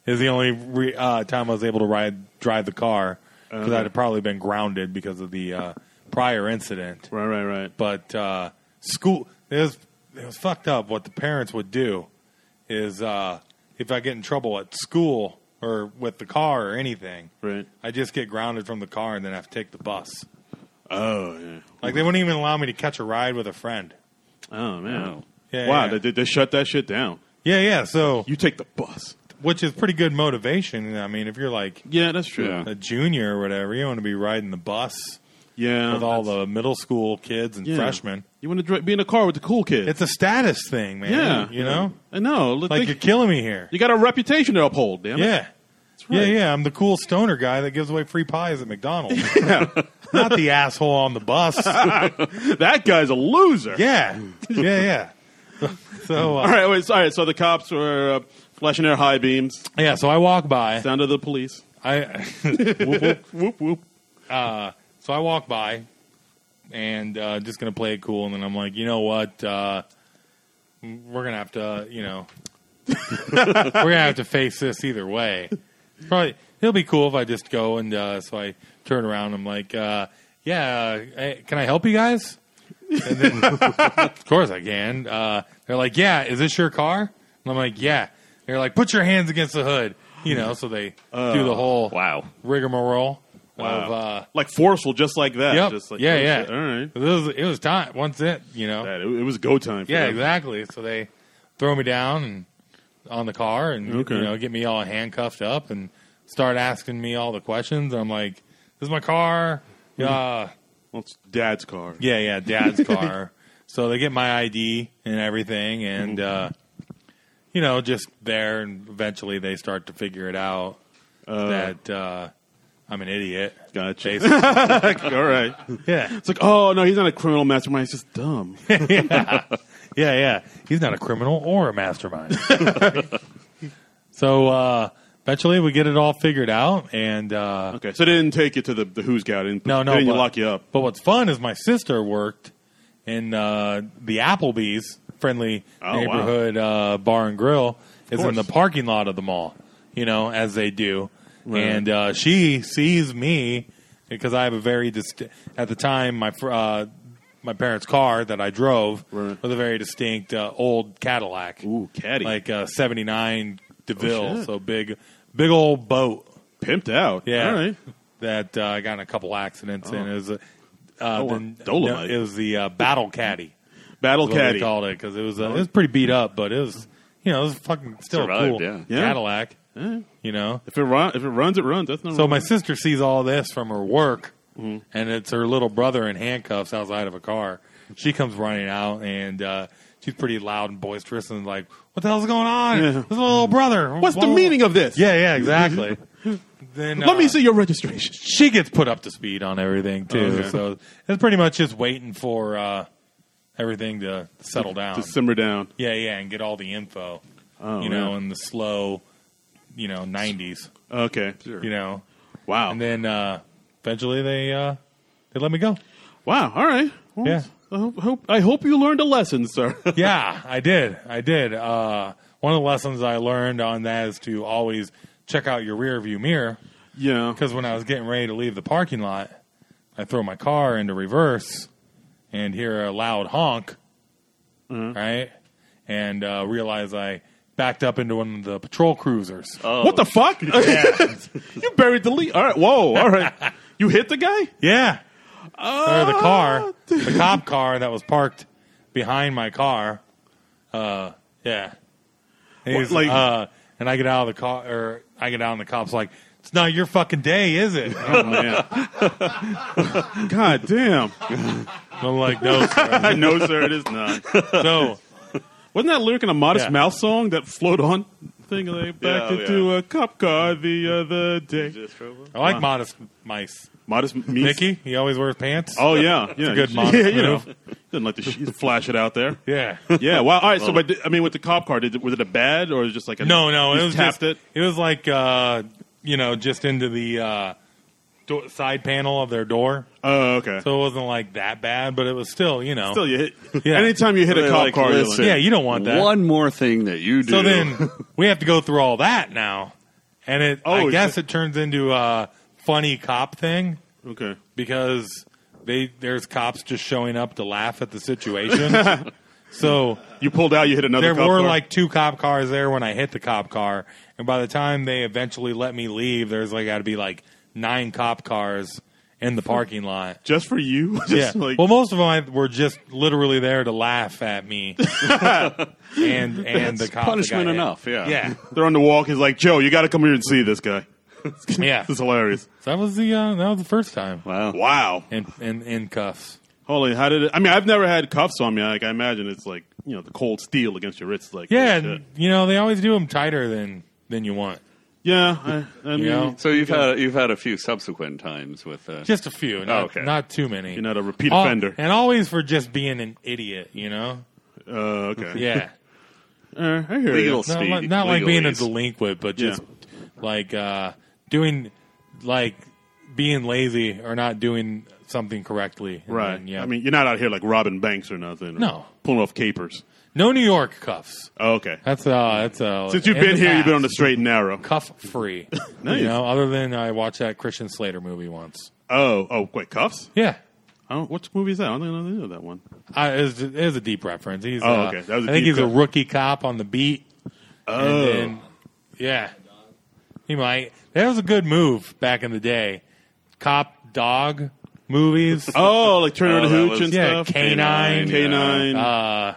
[SPEAKER 4] Is the only re- uh, time I was able to ride drive the car because I'd have probably been grounded because of the uh, prior incident.
[SPEAKER 1] Right, right, right.
[SPEAKER 4] But uh, school, it was it was fucked up. What the parents would do is uh, if I get in trouble at school or with the car or anything,
[SPEAKER 1] Right.
[SPEAKER 4] I just get grounded from the car and then have to take the bus.
[SPEAKER 1] Oh, yeah.
[SPEAKER 4] Like they wouldn't even allow me to catch a ride with a friend.
[SPEAKER 1] Oh man.
[SPEAKER 3] Wow.
[SPEAKER 4] Yeah,
[SPEAKER 1] wow,
[SPEAKER 4] yeah.
[SPEAKER 1] They, they shut that shit down.
[SPEAKER 4] Yeah, yeah. So,
[SPEAKER 1] You take the bus.
[SPEAKER 4] which is pretty good motivation. I mean, if you're like
[SPEAKER 1] Yeah, that's true.
[SPEAKER 3] Yeah.
[SPEAKER 4] a junior or whatever, you want to be riding the bus
[SPEAKER 1] Yeah,
[SPEAKER 4] with all
[SPEAKER 1] that's-
[SPEAKER 4] the middle school kids and
[SPEAKER 1] yeah.
[SPEAKER 4] freshmen.
[SPEAKER 1] You want to dri be in a car with the cool kids.
[SPEAKER 4] It's a status thing, man.
[SPEAKER 1] yeah,
[SPEAKER 4] You know?
[SPEAKER 1] I know. Look,
[SPEAKER 4] Like
[SPEAKER 1] think-
[SPEAKER 4] you're killing me here.
[SPEAKER 1] you got a reputation to uphold. Damn it.
[SPEAKER 4] Yeah. Yeah, yeah. I'm the cool stoner guy that gives away free pies at McDonald's. Not the asshole on the bus. yeah.
[SPEAKER 1] that guy's a loser.
[SPEAKER 4] Yeah, yeah. So,
[SPEAKER 1] All
[SPEAKER 4] uh,
[SPEAKER 1] right, wait, so- all right. So the cops were uh, flashing their high beams.
[SPEAKER 4] yeah, so I walk by.
[SPEAKER 1] Sound of the police.
[SPEAKER 4] I
[SPEAKER 1] Whoop whoop.
[SPEAKER 4] So I walk by and uh, just going to play it cool. And then I'm like, you know what? Uh, we're going to have to, you know, we're going to have to face this either way. Probably, it'll be cool if I just go and uh, so I turn around. I'm like, uh, yeah, uh, hey, can I help you guys? And then, of course I can. Uh, they're like, yeah, is this your car? And I'm like, yeah. They're like, put your hands against the hood. You know, so they do the whole
[SPEAKER 3] Wow.
[SPEAKER 4] rigmarole of
[SPEAKER 1] Wow.
[SPEAKER 4] uh,
[SPEAKER 1] Like forceful, just like that.
[SPEAKER 4] Yep.
[SPEAKER 1] Just like,
[SPEAKER 4] yeah,
[SPEAKER 1] oh,
[SPEAKER 4] yeah.
[SPEAKER 1] shit, All right.
[SPEAKER 4] It was, it was time. Once it, you know.
[SPEAKER 1] That- it, it was go time. For
[SPEAKER 4] yeah,
[SPEAKER 1] them.
[SPEAKER 4] exactly. So they throw me down and on the car and
[SPEAKER 1] Okay.
[SPEAKER 4] you know get me all handcuffed up and start asking me all the questions. I'm like, "This is my car." Uh,
[SPEAKER 1] Well, it's dad's car.
[SPEAKER 4] yeah, yeah, dad's car. so they get my ID and everything, and uh, you know, just there. And eventually, they start to figure it out that uh, I'm an idiot.
[SPEAKER 1] Gotcha.
[SPEAKER 4] Basically.
[SPEAKER 1] all right.
[SPEAKER 4] yeah,
[SPEAKER 1] It's like, oh no, he's not a criminal mastermind. He's just dumb.
[SPEAKER 4] Yeah, yeah. He's not a criminal or a mastermind. so uh, eventually we get it all figured out. And uh,
[SPEAKER 1] okay, so they didn't take you to the, the who's got in.
[SPEAKER 4] no, no.
[SPEAKER 1] they didn't
[SPEAKER 4] but-
[SPEAKER 1] lock you up.
[SPEAKER 4] But what's fun is my sister worked in uh, the Applebee's friendly
[SPEAKER 1] Oh, wow.
[SPEAKER 4] neighborhood uh, bar and grill, is in
[SPEAKER 1] course.
[SPEAKER 4] the parking lot of the mall, you know, as they do. And uh, she sees me because I have a very distinct, at the time, my, fr- uh, my parents' car that I drove
[SPEAKER 1] Right.
[SPEAKER 4] was a very distinct uh, old Cadillac.
[SPEAKER 1] Ooh, caddy.
[SPEAKER 4] Like uh, 79 DeVille.
[SPEAKER 1] shit.
[SPEAKER 4] so big, big old boat.
[SPEAKER 1] Pimped out.
[SPEAKER 4] Yeah.
[SPEAKER 1] All right.
[SPEAKER 4] That uh, got in a couple accidents, and it was, uh,
[SPEAKER 1] Oh,
[SPEAKER 4] uh,
[SPEAKER 1] uh,
[SPEAKER 4] the,
[SPEAKER 1] Dolomite.
[SPEAKER 4] it was the uh, battle caddy.
[SPEAKER 1] Battle
[SPEAKER 4] is what they
[SPEAKER 1] caddy.
[SPEAKER 4] called it because it was uh, it was pretty beat up, but it was you know it was fucking still a
[SPEAKER 3] Survived,
[SPEAKER 4] cool
[SPEAKER 3] yeah.
[SPEAKER 1] Yeah.
[SPEAKER 4] Cadillac. You know,
[SPEAKER 1] If it run, if it runs, it runs. That's not
[SPEAKER 4] so my sister sees all this from her work,
[SPEAKER 1] Mm-hmm.
[SPEAKER 4] and it's her little brother in handcuffs outside of a car. She comes running out, and uh, she's pretty loud and boisterous and like, what the hell's going on? This is my little brother.
[SPEAKER 1] What's the
[SPEAKER 4] Whoa."
[SPEAKER 1] meaning of this?
[SPEAKER 4] Yeah, yeah, exactly. then
[SPEAKER 1] Let
[SPEAKER 4] uh,
[SPEAKER 1] me see your registration.
[SPEAKER 4] She gets put up to speed on everything too.
[SPEAKER 1] Okay.
[SPEAKER 4] So it's pretty much just waiting for uh, everything to settle down.
[SPEAKER 1] To simmer down.
[SPEAKER 4] Yeah, yeah, and get all the info.
[SPEAKER 1] Oh,
[SPEAKER 4] you know,
[SPEAKER 1] yeah.
[SPEAKER 4] in the slow, you know, nineties.
[SPEAKER 1] Okay.
[SPEAKER 4] You know,
[SPEAKER 1] Wow.
[SPEAKER 4] and then uh, eventually they uh, they let me go.
[SPEAKER 1] wow. All right. Well,
[SPEAKER 4] Yeah.
[SPEAKER 1] I hope, hope- I hope you learned a lesson, sir.
[SPEAKER 4] yeah, I did. I did. Uh, one of the lessons I learned on that is to always check out your rear view mirror.
[SPEAKER 1] yeah.
[SPEAKER 4] Because when I was getting ready to leave the parking lot, I throw my car into reverse and hear a loud honk,
[SPEAKER 1] Mm-hmm.
[SPEAKER 4] right? And uh, realize I backed up into one of the patrol cruisers.
[SPEAKER 1] Oh. What the fuck? you buried the lead. All right. Whoa. All right. You hit the guy?
[SPEAKER 4] Yeah.
[SPEAKER 1] Oh.
[SPEAKER 4] or the car, the cop car that was parked behind my car. Uh, yeah. And he's,
[SPEAKER 1] What, like-
[SPEAKER 4] uh, and I get out of the car, or I get out, and the cop's like, "It's not your fucking day, is it?" And
[SPEAKER 1] God damn.
[SPEAKER 4] I'm like, "No, sir,
[SPEAKER 1] I know, sir. It is not.
[SPEAKER 4] no."
[SPEAKER 1] Wasn't that lyric in a Modest
[SPEAKER 4] Yeah.
[SPEAKER 1] Mouse song that float on thing? They backed
[SPEAKER 3] oh,
[SPEAKER 1] into a cop car the other day.
[SPEAKER 4] I like modest mice.
[SPEAKER 1] Modest Mouse.
[SPEAKER 4] Mickey, he always wears pants.
[SPEAKER 1] Oh yeah, yeah.
[SPEAKER 4] good
[SPEAKER 1] yeah,
[SPEAKER 4] modest
[SPEAKER 1] you know,
[SPEAKER 4] move.
[SPEAKER 1] didn't like to sh- flash it out there.
[SPEAKER 4] yeah.
[SPEAKER 1] Yeah. Well, all right. So, but di- I mean, with the cop car, did it, was it a bad or just like a
[SPEAKER 4] No, no,
[SPEAKER 1] you
[SPEAKER 4] it was
[SPEAKER 1] tapped
[SPEAKER 4] just,
[SPEAKER 1] it.
[SPEAKER 4] was like uh, you know, just into the uh, do- side panel of their door,
[SPEAKER 1] Oh, okay.
[SPEAKER 4] so it wasn't like that bad, but it was still, you know,
[SPEAKER 1] Still, you hit.
[SPEAKER 4] Yeah.
[SPEAKER 1] Anytime you hit a
[SPEAKER 3] They're
[SPEAKER 1] cop
[SPEAKER 3] like,
[SPEAKER 1] car, you're like,
[SPEAKER 3] "Listen,
[SPEAKER 4] Yeah, you don't want that.
[SPEAKER 3] One more thing that you do.
[SPEAKER 4] So then we have to go through all that now, and it.
[SPEAKER 1] Oh,
[SPEAKER 4] I
[SPEAKER 1] it's
[SPEAKER 4] guess
[SPEAKER 1] a-
[SPEAKER 4] it turns into a funny cop thing
[SPEAKER 1] okay.
[SPEAKER 4] because they there's cops just showing up to laugh at the situation. so
[SPEAKER 1] You pulled out. You hit another.
[SPEAKER 4] there
[SPEAKER 1] cop
[SPEAKER 4] were
[SPEAKER 1] car.
[SPEAKER 4] like two cop cars there when I hit the cop car, and by the time they eventually let me leave, there's like got to be like nine cop cars in the parking lot.
[SPEAKER 1] just for you. just
[SPEAKER 4] Yeah.
[SPEAKER 1] Like,
[SPEAKER 4] well, most of them I- were just literally there to laugh at me, and and the cop that
[SPEAKER 3] punishment
[SPEAKER 4] got hit.
[SPEAKER 3] enough. Yeah.
[SPEAKER 4] Yeah,
[SPEAKER 1] they're on the walk. He's like, Joe, you got to come here and see this guy.
[SPEAKER 4] yeah.
[SPEAKER 1] This is hilarious.
[SPEAKER 4] That was the uh, that was the first time
[SPEAKER 3] Wow.
[SPEAKER 1] Wow.
[SPEAKER 4] in in, in cuffs.
[SPEAKER 1] Holy, how did it? I mean, I've never had cuffs on me. Like, I imagine it's like you know the cold steel against your wrists. Like,
[SPEAKER 4] Yeah,
[SPEAKER 1] oh, shit.
[SPEAKER 4] and, you know they always do them tighter than than you want.
[SPEAKER 1] yeah. I, I mean,
[SPEAKER 4] know?
[SPEAKER 3] So you've had you've had a few subsequent times with. Uh,
[SPEAKER 4] Just a few, not,
[SPEAKER 3] Oh, okay.
[SPEAKER 4] not too many.
[SPEAKER 1] You're not a repeat
[SPEAKER 4] Al-
[SPEAKER 1] offender.
[SPEAKER 4] and always for just being an idiot. You know,
[SPEAKER 1] uh, okay.
[SPEAKER 4] yeah,
[SPEAKER 1] Uh, I hear
[SPEAKER 3] legal
[SPEAKER 1] you.
[SPEAKER 4] not,
[SPEAKER 3] speed.
[SPEAKER 4] li- not like being a
[SPEAKER 3] legalese.
[SPEAKER 4] delinquent, but
[SPEAKER 1] Yeah.
[SPEAKER 4] just like uh, doing like being lazy or not doing something correctly. And
[SPEAKER 1] Right.
[SPEAKER 4] then, yeah.
[SPEAKER 1] I mean, you're not out here like robbing banks or nothing. or
[SPEAKER 4] No.
[SPEAKER 1] Pulling off capers.
[SPEAKER 4] no New York cuffs.
[SPEAKER 1] Oh, okay.
[SPEAKER 4] That's uh, that's uh.
[SPEAKER 1] Since you've
[SPEAKER 4] in
[SPEAKER 1] been
[SPEAKER 4] the
[SPEAKER 1] here, you've been on
[SPEAKER 4] past.
[SPEAKER 1] the straight and narrow.
[SPEAKER 4] cuff free.
[SPEAKER 1] Nice.
[SPEAKER 4] You know, other than I watched that Christian Slater movie once.
[SPEAKER 1] Oh, oh, wait, cuffs?
[SPEAKER 4] Yeah.
[SPEAKER 1] I don't, which movie is that? I don't think I know that one.
[SPEAKER 4] I, it, was, it was a deep reference. He's,
[SPEAKER 1] Oh,
[SPEAKER 4] uh,
[SPEAKER 1] okay. That was a
[SPEAKER 4] I think
[SPEAKER 1] deep
[SPEAKER 4] he's a
[SPEAKER 1] cut.
[SPEAKER 4] rookie cop on the beat.
[SPEAKER 1] Oh,
[SPEAKER 4] And, yeah. He might. That was a good move back in the day. Cop dog movies.
[SPEAKER 1] oh, like Turner
[SPEAKER 3] Oh,
[SPEAKER 1] and
[SPEAKER 3] that
[SPEAKER 1] Hooch
[SPEAKER 3] was-
[SPEAKER 1] and
[SPEAKER 4] Yeah,
[SPEAKER 1] stuff.
[SPEAKER 4] Canine.
[SPEAKER 1] Canine.
[SPEAKER 4] Uh,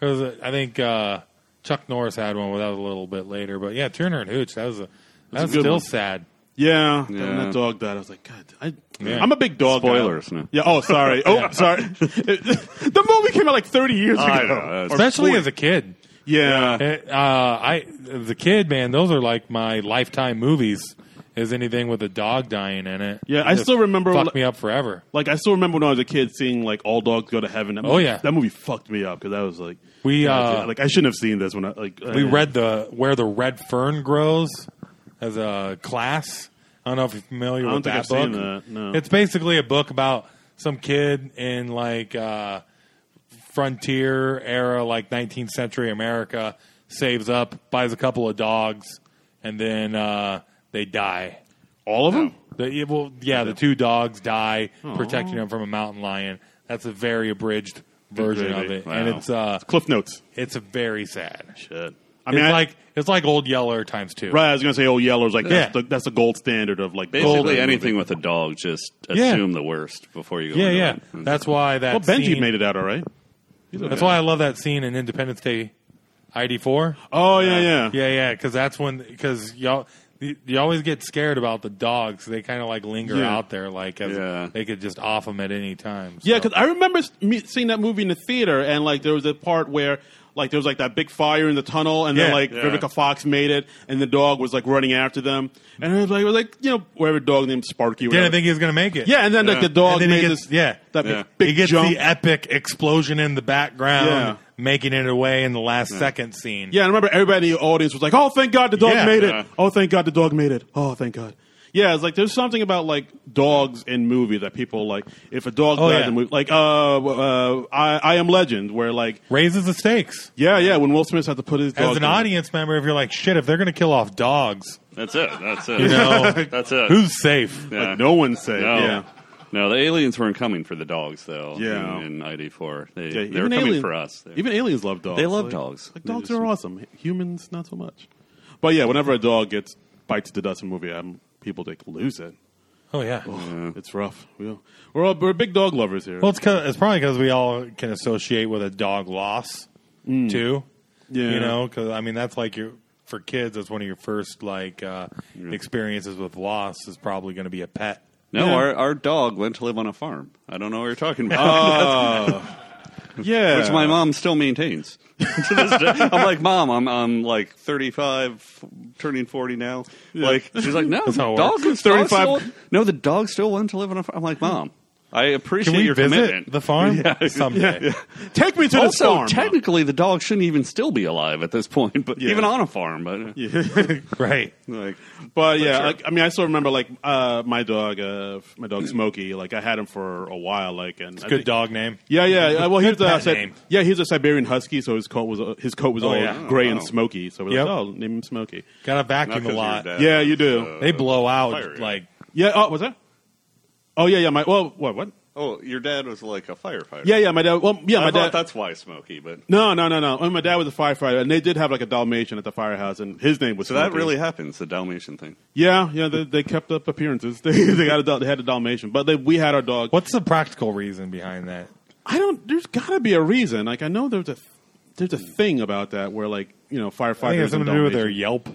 [SPEAKER 4] there was a, I think uh, Chuck Norris had one, but that was a little bit later. But yeah, Turner and Hooch, that was a,
[SPEAKER 1] a
[SPEAKER 4] that's
[SPEAKER 1] good
[SPEAKER 4] still
[SPEAKER 1] one.
[SPEAKER 4] sad.
[SPEAKER 1] yeah,
[SPEAKER 3] Yeah.
[SPEAKER 1] When that dog died, I was like, God, I,
[SPEAKER 4] Yeah.
[SPEAKER 1] I'm a big dog. guy.
[SPEAKER 3] Spoilers, no.
[SPEAKER 1] Yeah. Oh, sorry. Oh, sorry. the movie came out like 30 years
[SPEAKER 3] I
[SPEAKER 1] ago.
[SPEAKER 3] know, that's-
[SPEAKER 1] Or
[SPEAKER 4] Especially
[SPEAKER 1] 40.
[SPEAKER 4] as a kid.
[SPEAKER 1] yeah.
[SPEAKER 4] It, uh, I the kid man, those are like my lifetime movies. Is anything with a dog dying in it?
[SPEAKER 1] Yeah,
[SPEAKER 4] It
[SPEAKER 1] I
[SPEAKER 4] just
[SPEAKER 1] still remember-
[SPEAKER 4] Fucked me up forever.
[SPEAKER 1] Like I still remember when I was a kid seeing like All Dogs Go to Heaven. That
[SPEAKER 4] Oh,
[SPEAKER 1] movie-
[SPEAKER 4] yeah.
[SPEAKER 1] that movie fucked me up because I was like,
[SPEAKER 4] We,
[SPEAKER 1] I was
[SPEAKER 4] uh,
[SPEAKER 1] like I shouldn't have seen this when I like uh,
[SPEAKER 4] We read the where the red fern grows as a class. I don't know if you're
[SPEAKER 1] I
[SPEAKER 4] familiar
[SPEAKER 1] don't
[SPEAKER 4] with
[SPEAKER 1] think
[SPEAKER 4] that
[SPEAKER 1] I've
[SPEAKER 4] book.
[SPEAKER 1] seen that, no.
[SPEAKER 4] It's basically a book about some kid in like uh, frontier era, like 19th century America, saves up, buys a couple of dogs, and then uh, they die.
[SPEAKER 1] all of them.
[SPEAKER 4] The evil, yeah, the two dogs die protecting them from a mountain lion. That's a very abridged version of
[SPEAKER 1] gravy.
[SPEAKER 4] it, and
[SPEAKER 1] Wow.
[SPEAKER 4] it's uh,
[SPEAKER 1] Cliff Notes.
[SPEAKER 4] it's a very sad.
[SPEAKER 1] Shit. I
[SPEAKER 4] I
[SPEAKER 1] mean,
[SPEAKER 4] mean,
[SPEAKER 1] I,
[SPEAKER 4] it's like it's like old Yeller times two.
[SPEAKER 1] right? I was gonna say, oh, Yellow's like that's,
[SPEAKER 4] Yeah.
[SPEAKER 1] the, that's the gold standard of like
[SPEAKER 3] Basically,
[SPEAKER 1] gold
[SPEAKER 3] anything with a dog, just
[SPEAKER 4] Yeah.
[SPEAKER 3] assume the worst before you go.
[SPEAKER 4] Yeah,
[SPEAKER 3] into
[SPEAKER 4] yeah.
[SPEAKER 3] it.
[SPEAKER 4] That's why that.
[SPEAKER 1] Well, Benji
[SPEAKER 4] scene-
[SPEAKER 1] made it out all right.
[SPEAKER 4] That's why I love that scene in Independence Day, ID four.
[SPEAKER 1] Oh yeah, yeah.
[SPEAKER 4] Yeah, yeah, because that's when because y'all You, you always get scared about the dogs. They kind of like linger
[SPEAKER 1] Yeah.
[SPEAKER 4] out there, like as
[SPEAKER 3] Yeah.
[SPEAKER 4] they could just off them at any time.
[SPEAKER 1] Yeah,
[SPEAKER 4] so.
[SPEAKER 1] because I remember s- me- seeing that movie in the theater, and like there was a part where like there was like that big fire in the tunnel, and then
[SPEAKER 4] Yeah.
[SPEAKER 1] like
[SPEAKER 3] Yeah.
[SPEAKER 1] Vivica Fox made it, and the dog was like running after them, and it was like it was like you know whatever dog named Sparky.
[SPEAKER 4] didn't
[SPEAKER 1] whatever.
[SPEAKER 4] think he was gonna make it.
[SPEAKER 1] yeah, and then like
[SPEAKER 3] Yeah.
[SPEAKER 1] the dog
[SPEAKER 4] And then he
[SPEAKER 1] made
[SPEAKER 4] gets-
[SPEAKER 1] this
[SPEAKER 4] yeah.
[SPEAKER 1] that
[SPEAKER 3] Yeah.
[SPEAKER 1] big
[SPEAKER 4] he gets
[SPEAKER 1] jump.
[SPEAKER 4] the epic explosion in the background,
[SPEAKER 1] Yeah.
[SPEAKER 4] making it away in the last second scene.
[SPEAKER 1] yeah, I remember everybody in the audience was like, "Oh, thank God the dog
[SPEAKER 4] Yeah.
[SPEAKER 1] made
[SPEAKER 3] Yeah.
[SPEAKER 1] it! Oh, thank God the dog made it! Oh, thank God." Yeah, it's like there's something about like dogs in movies that people like. If a dog
[SPEAKER 4] Oh,
[SPEAKER 1] dies
[SPEAKER 4] yeah.
[SPEAKER 1] in movie, like uh, uh, I, I Am Legend, where like
[SPEAKER 4] raises the stakes.
[SPEAKER 1] yeah, yeah, when Will Smith had to put his dog
[SPEAKER 4] As an
[SPEAKER 1] down.
[SPEAKER 4] audience member, if you're like, shit, if they're gonna kill off dogs,
[SPEAKER 3] That's it. That's it.
[SPEAKER 4] you know,
[SPEAKER 3] That's it.
[SPEAKER 4] who's safe?
[SPEAKER 3] Yeah.
[SPEAKER 1] Like no one said.
[SPEAKER 3] No.
[SPEAKER 1] Yeah.
[SPEAKER 3] No, the aliens weren't coming for the dogs though.
[SPEAKER 1] Yeah.
[SPEAKER 3] In, in ID4, they
[SPEAKER 1] Yeah,
[SPEAKER 3] they were
[SPEAKER 1] even
[SPEAKER 3] coming
[SPEAKER 1] alien-
[SPEAKER 3] for us. They-
[SPEAKER 1] Even aliens love dogs.
[SPEAKER 3] They love
[SPEAKER 1] Like-
[SPEAKER 3] dogs.
[SPEAKER 1] Like
[SPEAKER 3] They
[SPEAKER 1] dogs
[SPEAKER 3] just-
[SPEAKER 1] are awesome. Humans, not so much. But yeah, whenever a dog gets bites the dust in a movie, I'm, people like lose it.
[SPEAKER 4] Oh yeah.
[SPEAKER 1] It's rough. We all, we're all we're big dog lovers here.
[SPEAKER 4] Well, it's, 'cause- it's probably because we all can associate with a dog loss too.
[SPEAKER 1] Yeah.
[SPEAKER 4] You know, because I mean, that's like your for kids. That's one of your first like uh, experiences with loss is probably going to be a pet.
[SPEAKER 3] no,
[SPEAKER 1] Yeah.
[SPEAKER 3] our our dog went to live on a farm. I don't know what you're talking about.
[SPEAKER 1] yeah.
[SPEAKER 3] Which my mom still maintains. to this day. I'm like, mom, I'm I'm like 35, turning 40 now. Like she's like, no,
[SPEAKER 4] how it
[SPEAKER 3] dogs,
[SPEAKER 1] works.
[SPEAKER 3] dogs still-
[SPEAKER 1] 35.
[SPEAKER 3] no, the dog still went to live on a farm. I'm like, mom, I appreciate
[SPEAKER 4] Can we
[SPEAKER 3] your
[SPEAKER 4] visit
[SPEAKER 3] commitment.
[SPEAKER 4] the farm someday?
[SPEAKER 1] Take me to this
[SPEAKER 3] also,
[SPEAKER 1] farm.
[SPEAKER 3] technically, the dog shouldn't even still be alive at this point, but
[SPEAKER 1] Yeah.
[SPEAKER 3] even on a farm. But uh,
[SPEAKER 4] Right.
[SPEAKER 3] like,
[SPEAKER 1] But yeah,
[SPEAKER 3] sure.
[SPEAKER 1] like, I mean, I still remember like uh, my dog, uh, my dog Smokey. Like I had him for a while. Like and it's
[SPEAKER 4] Good dog name.
[SPEAKER 1] Yeah, yeah. Uh, well, he's
[SPEAKER 4] pet
[SPEAKER 1] the si-
[SPEAKER 4] name.
[SPEAKER 1] yeah, he's a Siberian Husky, so his coat was uh, his coat was all
[SPEAKER 4] yeah.
[SPEAKER 1] gray and
[SPEAKER 3] Oh.
[SPEAKER 1] smoky. So we're
[SPEAKER 4] Yep.
[SPEAKER 1] like, oh, name him Smoky.
[SPEAKER 4] Got to
[SPEAKER 3] not
[SPEAKER 4] vacuum a
[SPEAKER 3] 'cause
[SPEAKER 4] lot.
[SPEAKER 3] you're dead.
[SPEAKER 1] Yeah, you do.
[SPEAKER 3] Uh,
[SPEAKER 4] They blow out
[SPEAKER 3] fire, yeah.
[SPEAKER 4] like
[SPEAKER 1] yeah. Oh, was that? Oh yeah, yeah. My well, what what?
[SPEAKER 3] Oh, your dad was like a firefighter.
[SPEAKER 1] Yeah, yeah. My dad. Well, yeah,
[SPEAKER 3] I
[SPEAKER 1] my
[SPEAKER 3] thought
[SPEAKER 1] dad.
[SPEAKER 3] that's why Smokey, but
[SPEAKER 1] no, no, no, no. Well, my dad was a firefighter, and they did have like a Dalmatian at the firehouse, and his name was.
[SPEAKER 3] so that
[SPEAKER 1] Smokey.
[SPEAKER 3] really happens, the Dalmatian thing.
[SPEAKER 1] Yeah, yeah. They, they kept up appearances. they, they got a Dal- they had a Dalmatian, but they, we had our dog.
[SPEAKER 4] what's the practical reason behind that?
[SPEAKER 1] I don't. There's got to be a reason. Like I know there's a there's a thing about that where like you know firefighters.
[SPEAKER 4] I think it has
[SPEAKER 1] and
[SPEAKER 4] something to do with their
[SPEAKER 1] Dalmatians-
[SPEAKER 4] Yelp.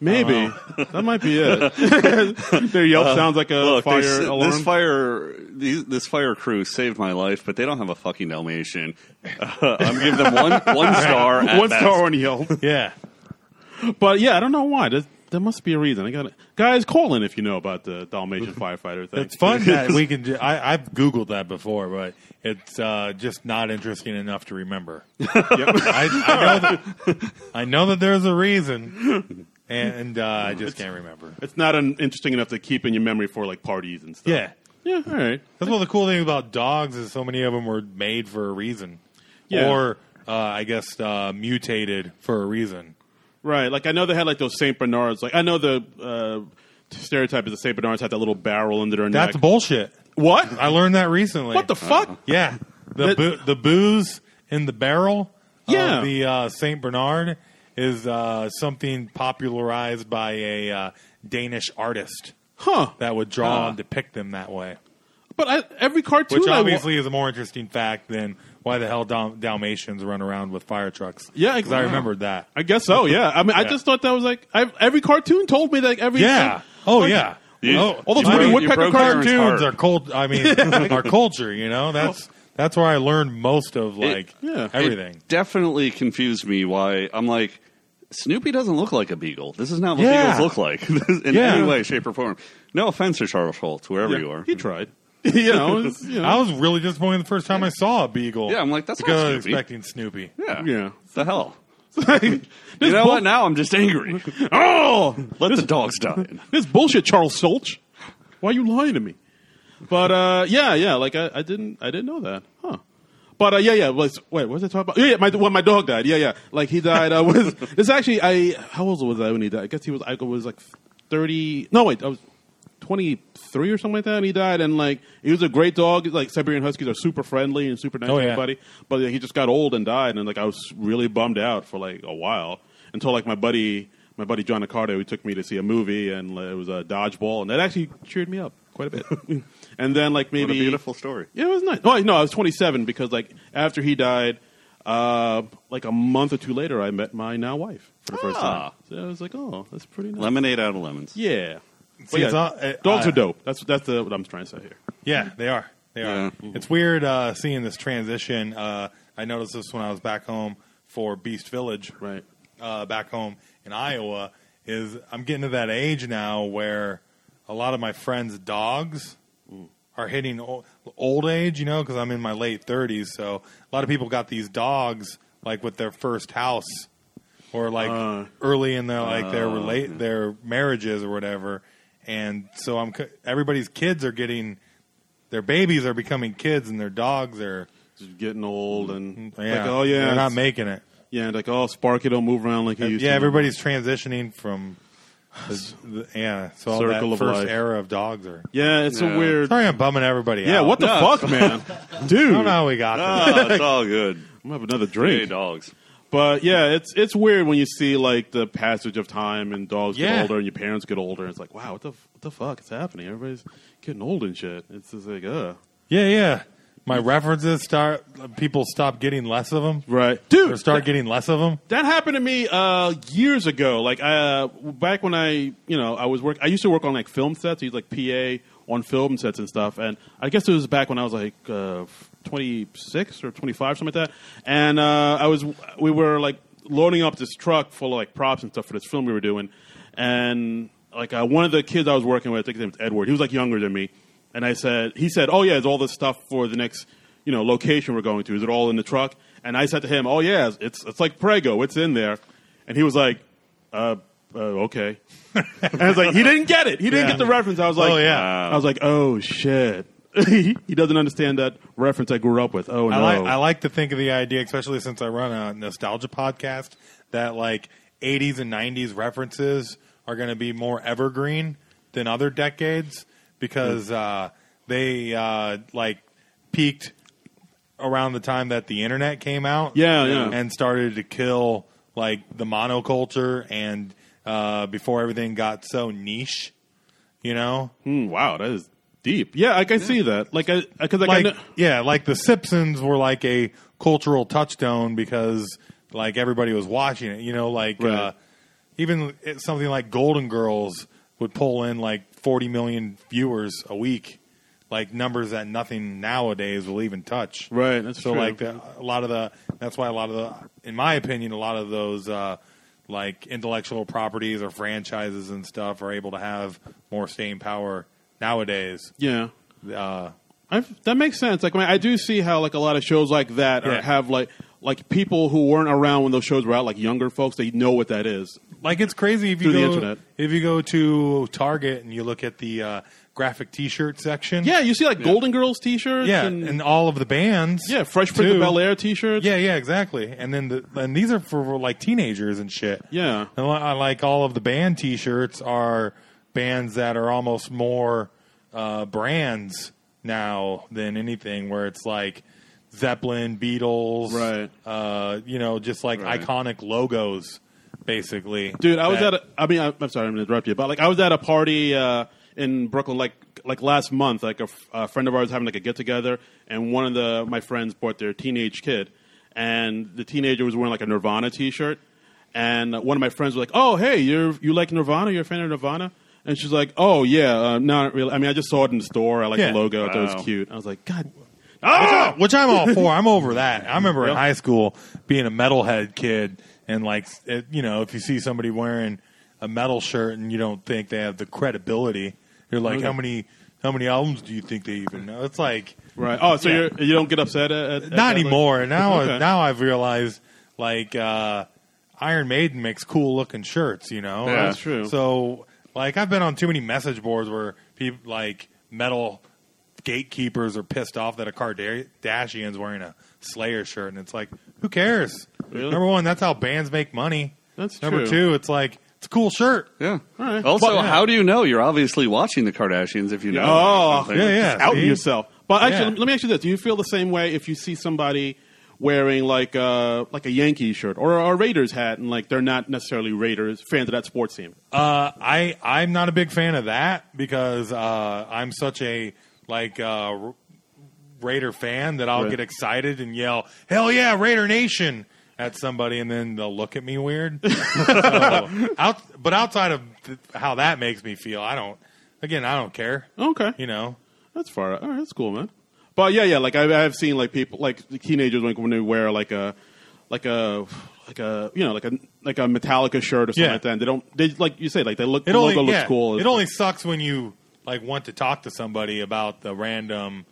[SPEAKER 1] Maybe that might be it. Uh-huh. Uh, Their Yelp sounds like a
[SPEAKER 3] Look,
[SPEAKER 1] fire
[SPEAKER 3] there's-
[SPEAKER 1] alarm.
[SPEAKER 3] this fire, these, this fire crew saved my life, but they don't have a fucking Dalmatian. I'm giving them one one star. at
[SPEAKER 1] One
[SPEAKER 3] best.
[SPEAKER 1] star on Yelp.
[SPEAKER 4] Yeah.
[SPEAKER 1] But yeah, I don't know why. There's, there must be a reason. I got guys call in if you know about the Dalmatian firefighter thing.
[SPEAKER 4] It's fun that we can. Ju- I, I've Googled that before, but it's uh, just not interesting enough to remember. I, I, know that, I know that there's a reason, and uh, I just can't remember.
[SPEAKER 1] It's not an, interesting enough to keep in your memory for like parties and stuff.
[SPEAKER 4] Yeah,
[SPEAKER 1] yeah. All right.
[SPEAKER 4] that's one of the cool things about dogs is so many of them were made for a reason,
[SPEAKER 1] Yeah.
[SPEAKER 4] or uh, I guess uh, mutated for a reason.
[SPEAKER 1] Right. Like I know they had like those Saint Bernards. Like I know the uh, stereotype is the Saint Bernards had that little barrel under their
[SPEAKER 4] That's
[SPEAKER 1] neck.
[SPEAKER 4] bullshit.
[SPEAKER 1] what?
[SPEAKER 4] I learned that recently. Uh,
[SPEAKER 1] What the fuck?
[SPEAKER 4] Yeah, the
[SPEAKER 1] That-
[SPEAKER 4] boo- the booze in the barrel.
[SPEAKER 1] Yeah.
[SPEAKER 4] of the uh, Saint Bernard is uh, something popularized by a uh, Danish artist
[SPEAKER 1] Huh?
[SPEAKER 4] that would draw
[SPEAKER 3] Huh.
[SPEAKER 4] and depict them that way,
[SPEAKER 1] But I, every cartoon,
[SPEAKER 4] which
[SPEAKER 1] I Ah. wa-
[SPEAKER 4] obviously is a more interesting fact than why the hell Dal- Dalmatians run around with fire trucks.
[SPEAKER 1] Yeah,
[SPEAKER 4] because I
[SPEAKER 1] wow.
[SPEAKER 4] remembered that.
[SPEAKER 1] I guess so. Yeah. I mean, I
[SPEAKER 4] Yeah.
[SPEAKER 1] just thought that was like I, every cartoon told me like every
[SPEAKER 4] Yeah. Oh
[SPEAKER 1] Like,
[SPEAKER 4] yeah.
[SPEAKER 3] You-
[SPEAKER 4] oh,
[SPEAKER 1] all those
[SPEAKER 4] I
[SPEAKER 1] Woody
[SPEAKER 4] mean,
[SPEAKER 1] Woodpecker
[SPEAKER 3] broke Aaron's
[SPEAKER 4] cartoons
[SPEAKER 3] heart.
[SPEAKER 4] are cold. I mean, our culture. You know, that's that's where I learned most of like
[SPEAKER 1] yeah.
[SPEAKER 4] everything.
[SPEAKER 3] It definitely confused me why I'm like Snoopy doesn't look like a beagle. This is not what
[SPEAKER 4] Yeah.
[SPEAKER 3] beagles look like in
[SPEAKER 4] Yeah.
[SPEAKER 3] any way, shape, or form. No offense to Charles Schultz, wherever
[SPEAKER 1] Yeah,
[SPEAKER 3] you are.
[SPEAKER 1] He tried. you know. it's- you know.
[SPEAKER 4] I was really disappointed the first time I saw a beagle.
[SPEAKER 3] Yeah, I'm like, that's not
[SPEAKER 4] because I was
[SPEAKER 3] Snoopy.
[SPEAKER 4] expecting Snoopy.
[SPEAKER 3] yeah,
[SPEAKER 1] Yeah.
[SPEAKER 3] The hell.
[SPEAKER 1] This
[SPEAKER 3] You know
[SPEAKER 1] bull-
[SPEAKER 3] what? Now I'm just angry.
[SPEAKER 1] Oh,
[SPEAKER 3] Let the dogs die.
[SPEAKER 1] this bullshit, Charles Solch. Why are you lying to me? But uh, yeah, yeah, like I, I didn't, I didn't know that, huh? But uh, yeah, yeah. Was, wait, what was I talking about? Yeah, yeah. My, when my dog died, yeah, yeah. Like he died. I was this actually. I how old was I when he died? I guess he was. I was like thirty. No, wait, I was twenty three or something like that. And he died. And like he was a great dog. Like Siberian Huskies are super friendly and super nice
[SPEAKER 4] Oh,
[SPEAKER 1] to
[SPEAKER 4] yeah.
[SPEAKER 1] everybody. But yeah, he just got old and died. And like I was really bummed out for like a while until like my buddy. My buddy John Accardo, he took me to see a movie, and like, it was a dodgeball, and that actually cheered me up quite a bit. and then, like maybe
[SPEAKER 3] What a beautiful story.
[SPEAKER 1] yeah, it was nice. Oh, no, I was 27 because like after he died, Uh, like a month or two later, I met my now wife for the first
[SPEAKER 3] Ah.
[SPEAKER 1] time. So I was like, oh, that's pretty nice.
[SPEAKER 3] Lemonade out of lemons.
[SPEAKER 1] Yeah.
[SPEAKER 4] See,
[SPEAKER 1] yeah,
[SPEAKER 4] it's all- uh,
[SPEAKER 1] dogs
[SPEAKER 4] uh,
[SPEAKER 1] are dope. That's that's uh what I'm trying to say here.
[SPEAKER 4] Yeah, they are. They
[SPEAKER 3] Yeah.
[SPEAKER 4] are. It's weird uh, seeing this transition. Uh, I noticed this when I was back home for Beast Village,
[SPEAKER 1] Right.
[SPEAKER 4] uh, back home in Iowa. Is I'm getting to that age now where a lot of my friends' dogs are hitting old, old age. You know, because I'm in my late 30s, so a lot of people got these dogs like with their first house or like
[SPEAKER 1] Uh. Oh,
[SPEAKER 4] early in their like their relate their marriages or whatever. And so I'm c- everybody's kids are getting their babies are becoming kids and their dogs are
[SPEAKER 1] Just getting old and
[SPEAKER 4] Mm-hmm. yeah,
[SPEAKER 1] like, oh yeah,
[SPEAKER 4] they're not
[SPEAKER 1] it's-
[SPEAKER 4] making it.
[SPEAKER 1] yeah, like oh Sparky don't move around like he used
[SPEAKER 4] Uh, yeah,
[SPEAKER 1] to.
[SPEAKER 4] everybody's transitioning from the, the- yeah, so all
[SPEAKER 1] Circle
[SPEAKER 4] that
[SPEAKER 1] of
[SPEAKER 4] first
[SPEAKER 1] life.
[SPEAKER 4] era of dogs are.
[SPEAKER 1] Yeah, it's
[SPEAKER 3] Yeah.
[SPEAKER 1] a weird.
[SPEAKER 4] Sorry, I'm bumming everybody out.
[SPEAKER 1] Yeah, what the
[SPEAKER 3] No.
[SPEAKER 1] fuck, man, dude?
[SPEAKER 4] I don't know how we got there.
[SPEAKER 3] Ah, it's all good.
[SPEAKER 1] I'm gonna have another
[SPEAKER 3] Hey,
[SPEAKER 1] drink.
[SPEAKER 3] dogs.
[SPEAKER 1] But yeah, it's it's weird when you see like the passage of time and dogs get
[SPEAKER 4] Yeah.
[SPEAKER 1] older and your parents get older. It's like, wow, what the f- what the fuck is happening? Everybody's getting old and shit. It's just like, uh,
[SPEAKER 4] Yeah, yeah. My references start. People stop getting less of them,
[SPEAKER 1] right,
[SPEAKER 4] or
[SPEAKER 1] dude.
[SPEAKER 4] start getting less of them.
[SPEAKER 1] That happened to me uh, years ago. Like uh, back when I, you know, I was work. I used to work on like film sets. I used like PA on film sets and stuff. And I guess it was back when I was like uh, twenty six or twenty five, something like that. And uh, I was, we were like loading up this truck full of like props and stuff for this film we were doing. And like uh, one of the kids I was working with, I think his name was Edward. He was like younger than me. And I said, he said, oh yeah, it's all this stuff for the next, you know, location we're going to. Is it all in the truck? And I said to him, oh yeah, it's it's like Prego, it's in there. And he was like, uh, uh okay. and I was like, he didn't get it. He didn't
[SPEAKER 4] Yeah.
[SPEAKER 1] get the reference. I was like,
[SPEAKER 4] Oh, yeah.
[SPEAKER 1] I was like, oh shit. he doesn't understand that reference I grew up with. Oh no.
[SPEAKER 4] I like I like to think of the idea, especially since I run a nostalgia podcast, that like '80s and '90s references are going to be more evergreen than other decades because
[SPEAKER 1] Hmm.
[SPEAKER 4] uh, they uh, like peaked around the time that the internet came out.
[SPEAKER 1] Yeah, yeah.
[SPEAKER 4] and started to kill like the monoculture and uh, before everything got so niche, you know.
[SPEAKER 1] Hmm, wow, that is deep. Yeah, I can see that. Like I because like, I
[SPEAKER 4] like
[SPEAKER 1] know-
[SPEAKER 4] yeah, like the Simpsons were like a cultural touchstone because like everybody was watching it. You know, like
[SPEAKER 1] Right.
[SPEAKER 4] uh, even it- something like Golden Girls would pull in like forty million viewers a week, like numbers that nothing nowadays will even touch.
[SPEAKER 1] Right, that's
[SPEAKER 4] so
[SPEAKER 1] true.
[SPEAKER 4] like the, a lot of the that's why a lot of the in my opinion a lot of those. Uh, like intellectual properties or franchises and stuff are able to have more staying power nowadays.
[SPEAKER 1] yeah.
[SPEAKER 4] Uh,
[SPEAKER 1] I've, that makes sense. Like, I, mean, I do see how like a lot of shows like that are,
[SPEAKER 4] Yeah.
[SPEAKER 1] have like like people who weren't around when those shows were out, like younger folks. They know what that is.
[SPEAKER 4] Like it's crazy if you
[SPEAKER 1] Through the
[SPEAKER 4] go
[SPEAKER 1] internet.
[SPEAKER 4] if you go to Target and you look at the uh, graphic T-shirt section.
[SPEAKER 1] Yeah, you see like Golden Girls T-shirts.
[SPEAKER 4] yeah,
[SPEAKER 1] and,
[SPEAKER 4] and, all of the bands.
[SPEAKER 1] yeah, Fresh Prince
[SPEAKER 4] too.
[SPEAKER 1] of Bel Air T-shirts.
[SPEAKER 4] Yeah, yeah, exactly. And then the and these are for like teenagers and shit.
[SPEAKER 1] yeah,
[SPEAKER 4] and li- I like all of the band T-shirts are bands that are almost more uh, brands now than anything. Where it's like Zeppelin, Beatles,
[SPEAKER 1] Right.
[SPEAKER 4] Uh, you know, just like
[SPEAKER 3] Right.
[SPEAKER 4] iconic logos, basically.
[SPEAKER 1] dude. I was
[SPEAKER 4] that-
[SPEAKER 1] at. A, I mean, I, I'm sorry, I'm gonna interrupt you, but like I was at a party uh, in Brooklyn, like like last month. Like a, f- a friend of ours having like a get together, and one of the my friends brought their teenage kid, and the teenager was wearing like a Nirvana T-shirt, and one of my friends was like, "Oh, hey, you're you like Nirvana? You're a fan of Nirvana?" And she's like, "Oh yeah, uh, not really. I mean, I just saw it in the store. I like
[SPEAKER 4] Yeah.
[SPEAKER 1] the logo. I thought it
[SPEAKER 3] Wow.
[SPEAKER 1] was cute." I was like, "God."
[SPEAKER 4] Which- which I'm all for. I'm over that. I remember in
[SPEAKER 1] Yeah.
[SPEAKER 4] high school being a metalhead kid, and like it, you know, if you see somebody wearing a metal shirt and you don't think they have the credibility, you're like,
[SPEAKER 1] Okay.
[SPEAKER 4] how many how many albums do you think they even know? It's like
[SPEAKER 1] Right. Oh, so
[SPEAKER 4] Yeah.
[SPEAKER 1] you're, you don't get upset at, at- at that,
[SPEAKER 4] not
[SPEAKER 1] like-
[SPEAKER 4] anymore. Now
[SPEAKER 1] Okay.
[SPEAKER 4] now I've realized like uh, Iron Maiden makes cool looking shirts. You know,
[SPEAKER 1] Yeah, that's true.
[SPEAKER 4] So like I've been on too many message boards where people like metal gatekeepers are pissed off that a Kardashian's wearing a Slayer shirt, and it's like, who cares?
[SPEAKER 1] Really?
[SPEAKER 4] Number one, that's how bands make money.
[SPEAKER 1] That's
[SPEAKER 4] number
[SPEAKER 1] true.
[SPEAKER 4] two. It's like it's a cool shirt.
[SPEAKER 3] Yeah.
[SPEAKER 1] All right.
[SPEAKER 3] Also,
[SPEAKER 1] But-
[SPEAKER 3] how do you know? You're obviously watching the Kardashians if you know.
[SPEAKER 1] Oh,
[SPEAKER 3] something.
[SPEAKER 4] yeah, yeah.
[SPEAKER 1] Just out
[SPEAKER 4] see?
[SPEAKER 1] yourself. But actually,
[SPEAKER 4] Yeah.
[SPEAKER 1] let me ask you this: Do you feel the same way if you see somebody wearing like uh, like a Yankee shirt or a Raiders hat, and like they're not necessarily Raiders fans of that sports team?
[SPEAKER 4] Uh, I I'm not a big fan of that because uh, I'm such a like uh, r- Raider fan that I'll
[SPEAKER 1] Right.
[SPEAKER 4] get excited and yell, "Hell yeah, Raider Nation!" at somebody, and then they'll look at me weird. So, out, but outside of th- how that makes me feel, I don't. Again, I don't care.
[SPEAKER 1] Okay.
[SPEAKER 4] You know,
[SPEAKER 1] That's far. All right, that's cool, man. But yeah, yeah, like I, I've seen like people, like the teenagers, like when they wear like a, like a, like a, you know, like a, like a Metallica shirt or something
[SPEAKER 4] Yeah.
[SPEAKER 1] like that. And they don't, they like you say, like they look,
[SPEAKER 4] it
[SPEAKER 1] the
[SPEAKER 4] only
[SPEAKER 1] logo
[SPEAKER 4] yeah,
[SPEAKER 1] looks cool.
[SPEAKER 4] It only sucks when you like want to talk to somebody about the random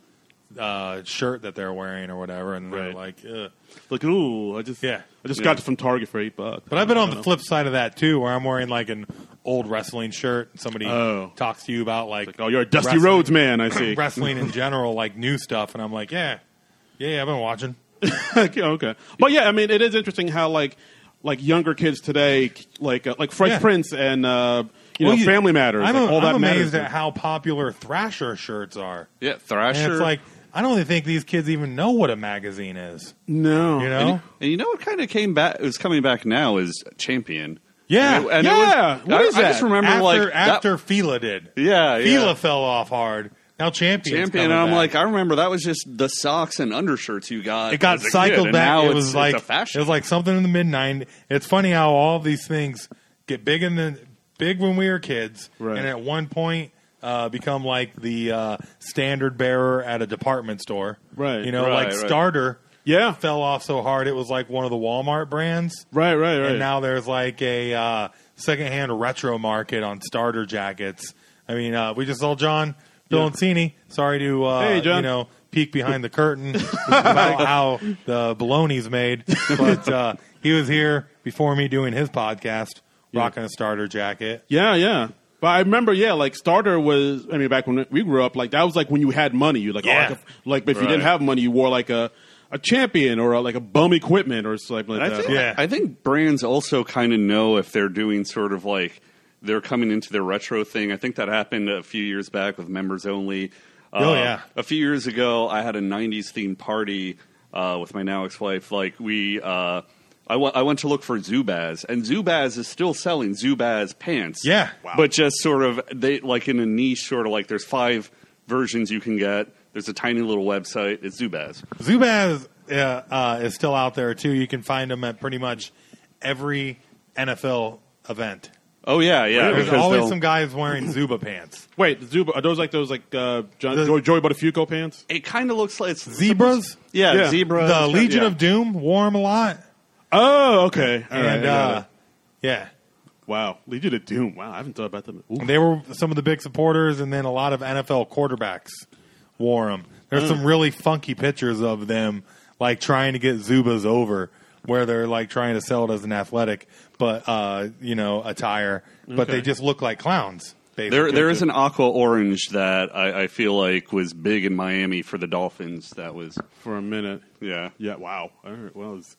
[SPEAKER 4] uh, shirt that they're wearing or whatever, and they're
[SPEAKER 1] Right.
[SPEAKER 4] like, Ugh.
[SPEAKER 1] like, ooh, I just,
[SPEAKER 4] Yeah.
[SPEAKER 1] I just
[SPEAKER 3] Yeah.
[SPEAKER 1] got it from Target for eight bucks.
[SPEAKER 4] But I've been
[SPEAKER 1] I
[SPEAKER 4] on
[SPEAKER 1] don't
[SPEAKER 4] the
[SPEAKER 1] know.
[SPEAKER 4] flip side of that too, where I'm wearing like an old wrestling shirt. and Somebody
[SPEAKER 1] Oh.
[SPEAKER 4] talks to you about like,
[SPEAKER 1] Like, oh, you're a Dusty
[SPEAKER 4] wrestling-
[SPEAKER 1] Rhodes man. I see.
[SPEAKER 4] wrestling in general, like new stuff, and I'm like, yeah, yeah, yeah I've been watching.
[SPEAKER 1] okay, okay. But yeah, I mean, it is interesting how like like younger kids today, like uh, like Fresh
[SPEAKER 4] Yeah.
[SPEAKER 1] Prince and uh, you
[SPEAKER 4] Well,
[SPEAKER 1] know Family Matters,
[SPEAKER 4] I'm,
[SPEAKER 1] like, all
[SPEAKER 4] I'm
[SPEAKER 1] that
[SPEAKER 4] amazed
[SPEAKER 1] matters.
[SPEAKER 4] at how popular Thrasher shirts are.
[SPEAKER 3] Yeah,
[SPEAKER 4] And
[SPEAKER 3] Thrasher.
[SPEAKER 4] it's like I don't even think these kids even know what a magazine is.
[SPEAKER 1] no,
[SPEAKER 4] You
[SPEAKER 3] and
[SPEAKER 4] know?
[SPEAKER 3] you, and you know what kind of came back is coming back now is Champion.
[SPEAKER 4] Yeah.
[SPEAKER 3] and it, and it
[SPEAKER 1] Yeah,
[SPEAKER 3] was,
[SPEAKER 1] what
[SPEAKER 3] I,
[SPEAKER 1] is
[SPEAKER 3] I just
[SPEAKER 1] that?
[SPEAKER 3] remember
[SPEAKER 4] after
[SPEAKER 3] like that-
[SPEAKER 4] after Fila did,
[SPEAKER 3] yeah, yeah.
[SPEAKER 4] Fila fell off hard. Now champion,
[SPEAKER 3] champion. And I'm like, I remember that was just the socks and undershirts you got.
[SPEAKER 4] it got
[SPEAKER 3] as a kid,
[SPEAKER 4] cycled
[SPEAKER 3] and
[SPEAKER 4] back.
[SPEAKER 3] Now
[SPEAKER 4] It
[SPEAKER 3] it's-
[SPEAKER 4] was
[SPEAKER 3] it's
[SPEAKER 4] like
[SPEAKER 3] a fashion.
[SPEAKER 4] it was like something in the mid '90s. It's funny how all these things get big in the big when we were kids,
[SPEAKER 1] Right.
[SPEAKER 4] and at one point uh, become like the uh, standard bearer at a department store.
[SPEAKER 1] Right.
[SPEAKER 4] You know,
[SPEAKER 3] Right,
[SPEAKER 4] like
[SPEAKER 3] right.
[SPEAKER 4] Starter.
[SPEAKER 1] Yeah.
[SPEAKER 4] Fell off so hard it was like one of the Walmart brands.
[SPEAKER 1] right, right, right.
[SPEAKER 4] And now there's like a uh, secondhand retro market on starter jackets. I mean, uh, we just saw John Bilancini. Sorry to uh,
[SPEAKER 1] Hey, John.
[SPEAKER 4] you know peek behind the curtain about how the baloney's made, but uh, he was here before me doing his podcast, rocking a starter jacket.
[SPEAKER 1] yeah, yeah. But I remember, yeah, like starter was. I mean, back when we grew up, like that was like when you had money. You like, oh,
[SPEAKER 4] Yeah.
[SPEAKER 1] I could- like if you
[SPEAKER 3] Right.
[SPEAKER 1] didn't have money, you wore like a a champion or a, like a bum equipment or something like
[SPEAKER 3] And I
[SPEAKER 1] that.
[SPEAKER 3] think,
[SPEAKER 4] Yeah.
[SPEAKER 3] I think brands also kind of know if they're doing sort of like they're coming into their retro thing. I think that happened a few years back with members only. Uh,
[SPEAKER 4] Oh, yeah.
[SPEAKER 3] A few years ago, I had a '90s themed party uh, with my now ex-wife. Like we, uh, I wa- I went to look for Zubaz, and Zubaz is still selling Zubaz pants.
[SPEAKER 4] Yeah. Wow.
[SPEAKER 3] but just sort of they like in a niche sort of like there's five versions you can get. There's a tiny little website. It's Zubaz.
[SPEAKER 4] Zubaz uh, uh, is still out there too. You can find him at pretty much every NFL event.
[SPEAKER 3] Oh yeah, yeah.
[SPEAKER 4] There's
[SPEAKER 3] because
[SPEAKER 4] always
[SPEAKER 3] they'll-
[SPEAKER 4] some guys wearing Zuba pants.
[SPEAKER 1] Wait, Zuba, are those like those like uh, John,
[SPEAKER 4] The-
[SPEAKER 1] Joey, Joey Buttafuoco pants?
[SPEAKER 3] It kind of looks like it's
[SPEAKER 4] Zebras.
[SPEAKER 3] Yeah,
[SPEAKER 1] Yeah.
[SPEAKER 3] zebra.
[SPEAKER 4] the Legion
[SPEAKER 3] yeah.
[SPEAKER 4] of Doom wore him a lot,
[SPEAKER 1] Oh, okay. All right, I
[SPEAKER 4] and
[SPEAKER 1] got it.
[SPEAKER 4] uh, yeah,
[SPEAKER 1] Wow, Legion of Doom. Wow, I haven't thought about them. Ooh.
[SPEAKER 4] they were some of the big supporters, and then a lot of NFL quarterbacks wore them. There's
[SPEAKER 1] Mm.
[SPEAKER 4] some really funky pictures of them like trying to get Zubas over, where they're like trying to sell it as an athletic, but uh, you know, attire, but they just look like clowns.
[SPEAKER 3] There,
[SPEAKER 4] basically.
[SPEAKER 3] there is an aqua orange that I, I feel like was big in Miami for the Dolphins. That was,
[SPEAKER 1] for a minute.
[SPEAKER 3] yeah.
[SPEAKER 1] Yeah. Wow. All right. Well. It's,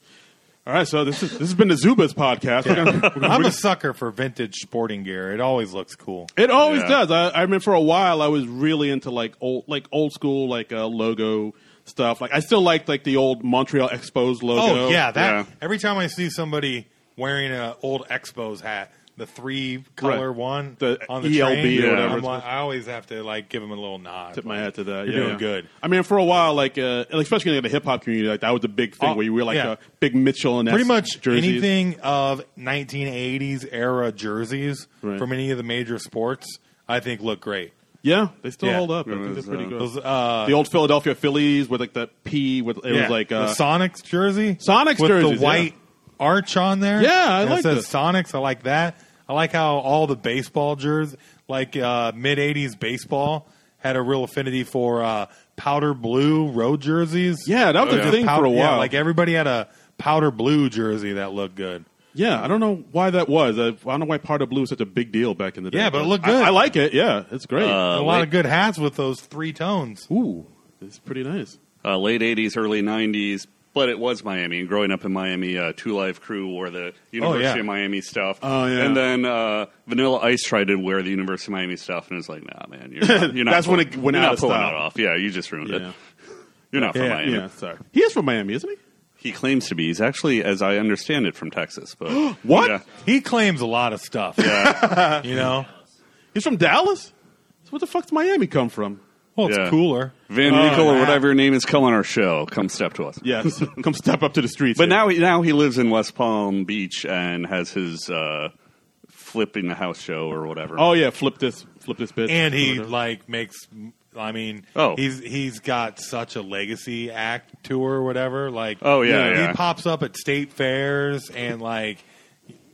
[SPEAKER 1] all right. So this is this has been the Zubas podcast. We're gonna- we're gonna
[SPEAKER 4] I'm
[SPEAKER 1] bring-
[SPEAKER 4] a sucker for vintage sporting gear. It always looks cool.
[SPEAKER 1] it always
[SPEAKER 3] Yeah.
[SPEAKER 1] does. I, I remember for a while I was really into like old like old school like uh, logo stuff. Like I still liked like the old Montreal Expos logo.
[SPEAKER 4] Oh yeah, that
[SPEAKER 3] Yeah.
[SPEAKER 4] every time I see somebody wearing an old Expos hat, the three color
[SPEAKER 1] Right.
[SPEAKER 4] one
[SPEAKER 1] The E
[SPEAKER 4] on the
[SPEAKER 1] ELB
[SPEAKER 4] train,
[SPEAKER 3] or
[SPEAKER 4] I'm
[SPEAKER 1] whatever it's
[SPEAKER 4] like- I always have to like give them a little nod.
[SPEAKER 1] Tip my hat to that.
[SPEAKER 4] You're
[SPEAKER 1] yeah,
[SPEAKER 4] doing
[SPEAKER 1] yeah.
[SPEAKER 4] good.
[SPEAKER 1] I mean, for a while, like uh, especially in the hip hop community, like that was a big thing
[SPEAKER 4] Oh,
[SPEAKER 1] where you were like
[SPEAKER 4] yeah.
[SPEAKER 1] a big Mitchell and
[SPEAKER 4] Pretty
[SPEAKER 1] S
[SPEAKER 4] much
[SPEAKER 1] jerseys.
[SPEAKER 4] anything of 1980s era jerseys
[SPEAKER 1] Right.
[SPEAKER 4] from any of the major sports, I think look great.
[SPEAKER 1] Yeah, they still
[SPEAKER 4] Yeah.
[SPEAKER 1] hold up. I
[SPEAKER 3] It
[SPEAKER 1] think
[SPEAKER 3] was,
[SPEAKER 1] they're pretty
[SPEAKER 3] uh,
[SPEAKER 1] good.
[SPEAKER 4] Those, uh,
[SPEAKER 1] the old Philadelphia Phillies with like the P with it
[SPEAKER 4] yeah,
[SPEAKER 1] was like
[SPEAKER 4] the
[SPEAKER 1] uh,
[SPEAKER 4] Sonics jersey,
[SPEAKER 1] Sonics
[SPEAKER 4] with
[SPEAKER 1] jerseys,
[SPEAKER 4] the white arch on there.
[SPEAKER 1] Yeah, I
[SPEAKER 4] And it
[SPEAKER 1] like
[SPEAKER 4] says
[SPEAKER 1] this.
[SPEAKER 4] Sonics. I like that. I like how all the baseball jerseys, like uh, mid '80s baseball, had a real affinity for uh, powder blue road jerseys.
[SPEAKER 1] Yeah, that was
[SPEAKER 3] Oh,
[SPEAKER 1] a
[SPEAKER 3] yeah.
[SPEAKER 1] thing
[SPEAKER 4] Pow-
[SPEAKER 1] for a
[SPEAKER 4] yeah,
[SPEAKER 1] while. Yeah,
[SPEAKER 4] like everybody had a powder blue jersey that looked good.
[SPEAKER 1] I don't know why that was. I, I don't know why part of blue was such a big deal back in the day.
[SPEAKER 4] Yeah, but it looked
[SPEAKER 1] I-
[SPEAKER 4] good.
[SPEAKER 1] I, like it. Yeah, it's great.
[SPEAKER 3] Uh,
[SPEAKER 4] a lot
[SPEAKER 3] wait.
[SPEAKER 4] of good hats with those three tones.
[SPEAKER 1] Ooh, it's pretty nice.
[SPEAKER 3] Uh, late '80s, early '90s, but it was Miami. And growing up in Miami, uh, Two Live Crew wore the University
[SPEAKER 4] yeah.
[SPEAKER 3] of Miami stuff.
[SPEAKER 1] Oh, yeah.
[SPEAKER 3] And then uh, Vanilla Ice tried to wear the University of Miami stuff, and it was like, nah, man, you're not. You're not
[SPEAKER 1] That's when
[SPEAKER 3] pulling,
[SPEAKER 1] it went
[SPEAKER 3] you're
[SPEAKER 1] out
[SPEAKER 3] not
[SPEAKER 1] of
[SPEAKER 3] pulling
[SPEAKER 1] style.
[SPEAKER 3] that off. Yeah, you just ruined
[SPEAKER 1] Yeah.
[SPEAKER 3] it. You're not from
[SPEAKER 4] Yeah,
[SPEAKER 3] Miami.
[SPEAKER 1] Yeah, sorry. He is from Miami, isn't he?
[SPEAKER 3] He claims to be. He's actually, as I understand it, from Texas. But
[SPEAKER 1] What?
[SPEAKER 3] Yeah.
[SPEAKER 4] He claims a lot of stuff.
[SPEAKER 3] Yeah.
[SPEAKER 4] You know,
[SPEAKER 1] He's from Dallas. So where the fuck's Miami come from?
[SPEAKER 4] Well, it's
[SPEAKER 3] Yeah.
[SPEAKER 4] cooler.
[SPEAKER 3] Van Winkle or
[SPEAKER 1] yeah.
[SPEAKER 3] whatever your name is, come on our show. Come step to us.
[SPEAKER 1] Yes, come step up to the streets.
[SPEAKER 3] But
[SPEAKER 1] here.
[SPEAKER 3] now he now he lives in West Palm Beach and has his uh, flipping the house show or whatever.
[SPEAKER 1] oh yeah, flip this, flip this bitch.
[SPEAKER 4] And he like makes. I mean,
[SPEAKER 3] Oh.
[SPEAKER 4] he's he's got such a legacy act tour or whatever. Like,
[SPEAKER 3] Oh, yeah, yeah.
[SPEAKER 4] he pops up at state fairs and like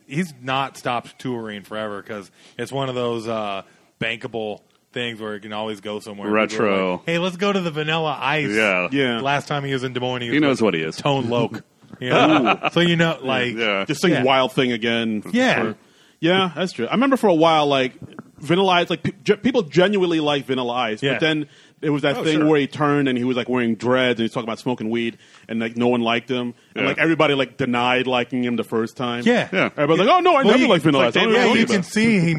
[SPEAKER 4] he's not stopped touring forever because it's one of those uh, bankable things where you can always go somewhere. People are
[SPEAKER 3] Retro.
[SPEAKER 4] like, hey, let's go to the Vanilla Ice.
[SPEAKER 3] Yeah.
[SPEAKER 1] Yeah.
[SPEAKER 4] Last time he was in Des Moines, he, was
[SPEAKER 3] he knows
[SPEAKER 4] with
[SPEAKER 3] what he is.
[SPEAKER 4] Tone Loke. You know? so you know, like,
[SPEAKER 3] Yeah.
[SPEAKER 1] just sing
[SPEAKER 4] Yeah.
[SPEAKER 1] wild thing again.
[SPEAKER 4] Yeah.
[SPEAKER 1] Or- yeah, that's true. I remember for a while, like Vanilla Ice, like pe- ge- people genuinely like Vanilla Ice,
[SPEAKER 4] Yeah.
[SPEAKER 1] but then it was that
[SPEAKER 3] Oh,
[SPEAKER 1] thing
[SPEAKER 3] sure.
[SPEAKER 1] where he turned and he was like wearing dreads and he's talking about smoking weed and like no one liked him and
[SPEAKER 3] Yeah.
[SPEAKER 1] like everybody like denied liking him the first time.
[SPEAKER 4] Yeah. Yeah.
[SPEAKER 1] everybody's like, oh no, I
[SPEAKER 4] Well,
[SPEAKER 1] never
[SPEAKER 4] you-
[SPEAKER 1] liked Vanilla
[SPEAKER 4] it's
[SPEAKER 1] Ice. I
[SPEAKER 4] like
[SPEAKER 1] don't know
[SPEAKER 4] they-
[SPEAKER 1] what
[SPEAKER 4] yeah, you
[SPEAKER 1] you're
[SPEAKER 4] can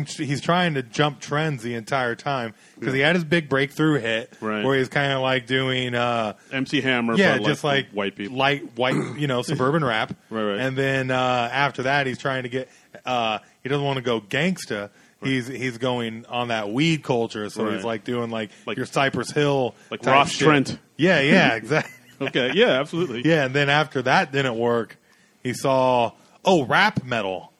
[SPEAKER 1] about."
[SPEAKER 4] see him. He's trying to jump trends the entire time because he had his big breakthrough hit
[SPEAKER 1] Right.
[SPEAKER 4] where he's kind of like doing, uh,
[SPEAKER 1] MC Hammer,
[SPEAKER 4] yeah,
[SPEAKER 1] but,
[SPEAKER 4] just like
[SPEAKER 1] white people.
[SPEAKER 4] light white, you know, suburban rap.
[SPEAKER 1] Right, right.
[SPEAKER 4] And then uh, after that, he's trying to get. Uh, he doesn't want to go gangsta. He's he's going on that weed culture, so
[SPEAKER 1] Right.
[SPEAKER 4] he's like doing like,
[SPEAKER 1] Like-
[SPEAKER 4] your Cypress Hill,
[SPEAKER 1] like
[SPEAKER 4] type
[SPEAKER 1] Ross
[SPEAKER 4] shit.
[SPEAKER 1] Trent.
[SPEAKER 4] Yeah, yeah, exactly.
[SPEAKER 1] okay, yeah, absolutely.
[SPEAKER 4] yeah, and then after that didn't work, he saw oh rap metal.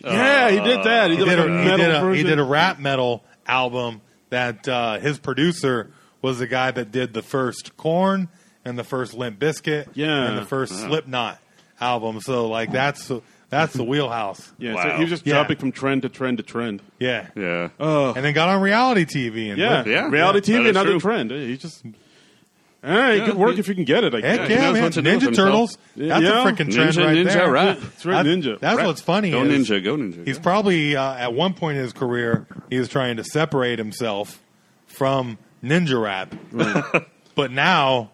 [SPEAKER 1] yeah, he did that. He,
[SPEAKER 4] he
[SPEAKER 1] did,
[SPEAKER 4] did,
[SPEAKER 1] like,
[SPEAKER 4] a,
[SPEAKER 1] a
[SPEAKER 4] he
[SPEAKER 1] metal
[SPEAKER 4] did a- he
[SPEAKER 1] version.
[SPEAKER 4] did a rap metal album that uh, his producer was the guy that did the first Corn and the first Limp Biscuit
[SPEAKER 1] Yeah.
[SPEAKER 4] and the first Slipknot album. So like that's that's the wheelhouse.
[SPEAKER 1] Yeah, so
[SPEAKER 3] Wow.
[SPEAKER 1] he was just
[SPEAKER 4] Yeah.
[SPEAKER 1] jumping from trend to trend to trend.
[SPEAKER 4] Yeah.
[SPEAKER 3] Yeah.
[SPEAKER 4] And then got on reality TV and
[SPEAKER 1] Yeah,
[SPEAKER 3] Yeah.
[SPEAKER 1] reality
[SPEAKER 3] Yeah, that
[SPEAKER 1] TV,
[SPEAKER 3] is
[SPEAKER 1] another
[SPEAKER 3] true.
[SPEAKER 1] trend. He just all right, good work if you can get it. I
[SPEAKER 4] Heck
[SPEAKER 1] guess.
[SPEAKER 4] yeah,
[SPEAKER 3] he knows
[SPEAKER 4] man!
[SPEAKER 3] what to do with
[SPEAKER 4] Ninja
[SPEAKER 3] himself.
[SPEAKER 4] Turtles. That's
[SPEAKER 1] Yeah.
[SPEAKER 4] a freaking trend
[SPEAKER 3] Ninja,
[SPEAKER 4] right
[SPEAKER 3] ninja,
[SPEAKER 4] there.
[SPEAKER 3] rap.
[SPEAKER 1] It's right,
[SPEAKER 4] That's-
[SPEAKER 1] ninja.
[SPEAKER 4] That's
[SPEAKER 1] Rap.
[SPEAKER 4] what's funny.
[SPEAKER 3] Go
[SPEAKER 4] is-
[SPEAKER 3] ninja, go ninja.
[SPEAKER 4] He's probably uh, at one point in his career he was trying to separate himself from ninja rap, but now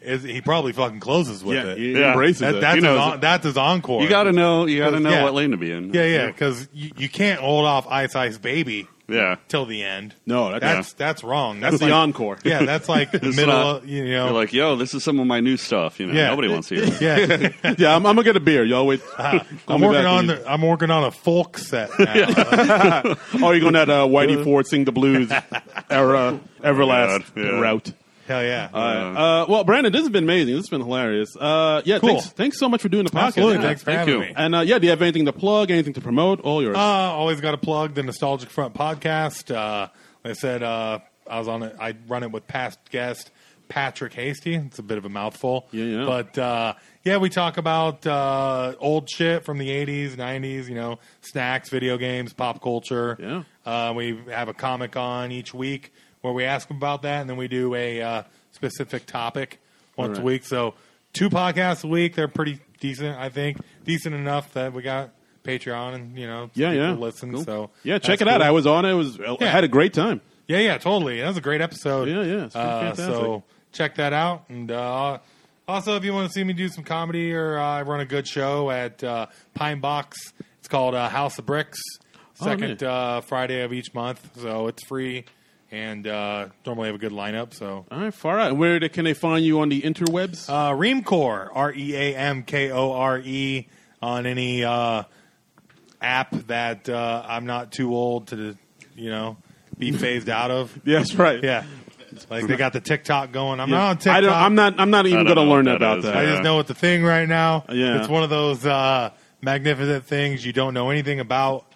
[SPEAKER 4] is, he probably fucking closes with
[SPEAKER 1] Yeah,
[SPEAKER 4] it.
[SPEAKER 1] he
[SPEAKER 3] Yeah.
[SPEAKER 1] embraces
[SPEAKER 4] That-
[SPEAKER 1] it.
[SPEAKER 4] that's,
[SPEAKER 3] He
[SPEAKER 4] his
[SPEAKER 3] knows
[SPEAKER 4] on,
[SPEAKER 3] it.
[SPEAKER 4] that's his encore.
[SPEAKER 3] you got to know. You got to know
[SPEAKER 4] Yeah.
[SPEAKER 3] what lane to be in.
[SPEAKER 4] yeah, yeah, because you, you can't hold off Ice Ice Baby
[SPEAKER 3] Yeah.
[SPEAKER 4] till the end.
[SPEAKER 1] No, that-
[SPEAKER 4] that's that's, wrong.
[SPEAKER 1] That's the
[SPEAKER 4] like-
[SPEAKER 1] encore.
[SPEAKER 4] Yeah, that's like the
[SPEAKER 3] It's
[SPEAKER 4] middle.
[SPEAKER 3] not-
[SPEAKER 4] of, you know,
[SPEAKER 3] You're like, yo, this is some of my new stuff. You know,
[SPEAKER 4] Yeah.
[SPEAKER 3] nobody wants to hear. that.
[SPEAKER 4] yeah.
[SPEAKER 1] yeah, I'm, I'm gonna get a beer. Y'all wait. Call
[SPEAKER 4] I'm
[SPEAKER 1] me
[SPEAKER 4] working
[SPEAKER 1] back
[SPEAKER 4] on
[SPEAKER 1] when
[SPEAKER 4] the, I'm working on a folk set. Now.
[SPEAKER 1] you- Oh, you're going that uh, Whitey Ford sing the blues era everlast
[SPEAKER 3] God, yeah.
[SPEAKER 1] route.
[SPEAKER 4] Hell yeah!
[SPEAKER 1] All right. Uh, well, Brandon, this has been amazing. This has been hilarious. Uh, yeah,
[SPEAKER 4] Cool.
[SPEAKER 1] thanks, thanks so much for doing the podcast.
[SPEAKER 4] Absolutely.
[SPEAKER 1] Yeah.
[SPEAKER 4] Thanks for
[SPEAKER 3] thank
[SPEAKER 4] having
[SPEAKER 3] you.
[SPEAKER 4] me.
[SPEAKER 1] And uh, yeah, do you have anything to plug? Anything to promote? All yours.
[SPEAKER 4] Uh, always got to plug the Nostalgic Front podcast. Uh, like I said, uh, I was on it. I run it with past guest Patrick Hasty. It's a bit of a mouthful.
[SPEAKER 1] Yeah, yeah.
[SPEAKER 4] But uh, yeah, we talk about uh, old shit from the '80s, '90s. You know, snacks, video games, pop culture.
[SPEAKER 1] Yeah.
[SPEAKER 4] Uh, we have a comic on each week where we ask them about that, and then we do a uh, specific topic once
[SPEAKER 1] Alright.
[SPEAKER 4] a week. So two podcasts a week. They're pretty decent, I think. Decent enough that we got Patreon and you know
[SPEAKER 1] Yeah,
[SPEAKER 4] people
[SPEAKER 1] yeah.
[SPEAKER 4] listen.
[SPEAKER 1] Cool.
[SPEAKER 4] So
[SPEAKER 1] yeah, check
[SPEAKER 4] that's
[SPEAKER 1] it out.
[SPEAKER 4] cool.
[SPEAKER 1] I was on it. It was I
[SPEAKER 4] Yeah.
[SPEAKER 1] had a great time.
[SPEAKER 4] yeah, yeah, totally. That was a great episode.
[SPEAKER 1] Yeah, yeah, it's
[SPEAKER 4] Uh,
[SPEAKER 1] fantastic.
[SPEAKER 4] so check that out. And uh, also, if you want to see me do some comedy or uh, I run a good show at uh, Pine Box, it's called uh, House of Bricks.
[SPEAKER 1] Oh,
[SPEAKER 4] Second
[SPEAKER 1] nice.
[SPEAKER 4] uh, Friday of each month, so it's free. And uh, normally have a good lineup. So
[SPEAKER 1] All right, far out. And Where they, can they find you on the interwebs?
[SPEAKER 4] uh, Reamcore, R E A M K O R E, on any uh, app that uh, I'm not too old to, you know, be phased out of.
[SPEAKER 1] yes, right.
[SPEAKER 4] Yeah, like they got the TikTok going. I'm
[SPEAKER 1] Yeah.
[SPEAKER 4] not on TikTok.
[SPEAKER 1] I don't, I'm not. I'm not
[SPEAKER 3] I
[SPEAKER 1] even
[SPEAKER 3] don't
[SPEAKER 1] going to
[SPEAKER 3] know
[SPEAKER 1] learn
[SPEAKER 3] what
[SPEAKER 1] about
[SPEAKER 3] that is.
[SPEAKER 1] that.
[SPEAKER 4] I
[SPEAKER 3] Yeah.
[SPEAKER 4] just know it's a thing right now.
[SPEAKER 1] Yeah.
[SPEAKER 4] it's one of those uh, magnificent things you don't know anything about,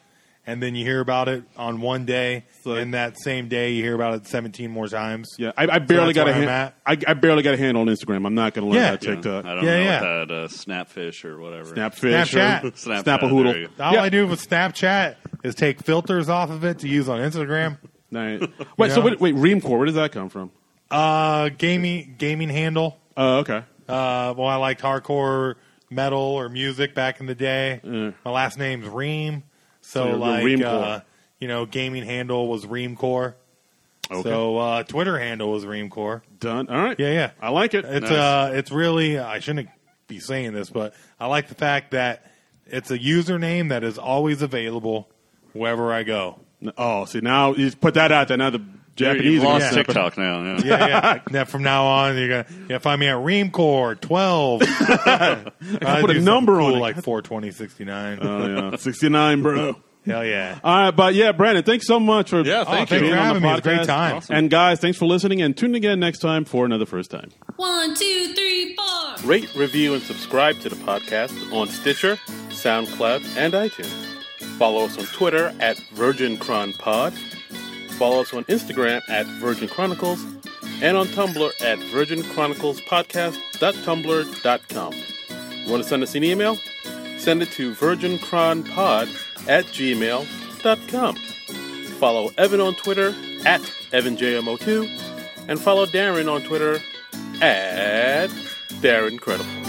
[SPEAKER 4] and then you hear about it on one day,
[SPEAKER 1] like-
[SPEAKER 4] and that same day you hear about it 17 more times.
[SPEAKER 1] Yeah, I, I barely
[SPEAKER 4] that's
[SPEAKER 1] got a
[SPEAKER 4] where I'm
[SPEAKER 1] hand, I,
[SPEAKER 4] at.
[SPEAKER 1] I barely got a handle on Instagram. I'm not going to learn
[SPEAKER 4] Yeah.
[SPEAKER 1] about TikTok,
[SPEAKER 3] I don't
[SPEAKER 4] Yeah,
[SPEAKER 3] know
[SPEAKER 4] yeah.
[SPEAKER 3] what that uh, snapfish or whatever.
[SPEAKER 1] Snapfish,
[SPEAKER 4] Snapchat.
[SPEAKER 1] or
[SPEAKER 3] Snapchat,
[SPEAKER 1] Snapahoodle.
[SPEAKER 3] there you
[SPEAKER 4] All
[SPEAKER 1] Yeah.
[SPEAKER 4] I do with Snapchat is take filters off of it to use on Instagram.
[SPEAKER 1] Night. Wait, so
[SPEAKER 4] Yeah.
[SPEAKER 1] wait, wait, Reamcore, where does that come from?
[SPEAKER 4] Uh, gaming gaming handle.
[SPEAKER 1] Oh, okay.
[SPEAKER 4] Uh, well, I liked hardcore metal or music back in the day. My last name's Ream,
[SPEAKER 1] Mm. So
[SPEAKER 4] so,
[SPEAKER 1] you're- you're
[SPEAKER 4] like
[SPEAKER 1] Reamcore.
[SPEAKER 4] uh, you know, gaming handle was Reamcore.
[SPEAKER 1] Okay.
[SPEAKER 4] So uh, Twitter handle was Reamcore.
[SPEAKER 1] Done. All right.
[SPEAKER 4] Yeah, yeah.
[SPEAKER 1] I like it.
[SPEAKER 4] It's
[SPEAKER 3] Nice.
[SPEAKER 4] uh, it's really I shouldn't be saying this, but I like the fact that it's a username that is always available wherever I go.
[SPEAKER 1] oh, see now you just put that out there. Now the Japanese
[SPEAKER 3] You've
[SPEAKER 1] are
[SPEAKER 3] lost
[SPEAKER 1] gonna snap it.
[SPEAKER 3] TikTok now. Yeah.
[SPEAKER 4] Yeah, yeah. now from now on, you're gonna you gotta find me at Reamcore twelve. I
[SPEAKER 1] put a number on it. Uh.
[SPEAKER 4] like four twenty sixty nine.
[SPEAKER 1] Oh yeah, sixty nine, bro.
[SPEAKER 4] Hell yeah.
[SPEAKER 1] All right, but yeah, Brandon, thanks so much for
[SPEAKER 3] Yeah, thank Oh, you. thanks
[SPEAKER 1] being
[SPEAKER 3] for
[SPEAKER 1] on
[SPEAKER 4] having
[SPEAKER 1] the
[SPEAKER 4] me. It was a great
[SPEAKER 1] podcast.
[SPEAKER 4] time. Awesome.
[SPEAKER 1] And guys, thanks for listening and tune again next time for another first time.
[SPEAKER 2] One, two, three, four.
[SPEAKER 1] Rate, review, and subscribe to the podcast on Stitcher, SoundCloud, and iTunes. Follow us on Twitter at VirginCronPod. Follow us on Instagram at Virgin Chronicles and on Tumblr at virginchroniclespodcast.tumblr.com. Want to send us an email? Send it to virgincronpod at gmail.com. Follow Evan on Twitter at EvanJM02 and follow Darren on Twitter at Darren Credible.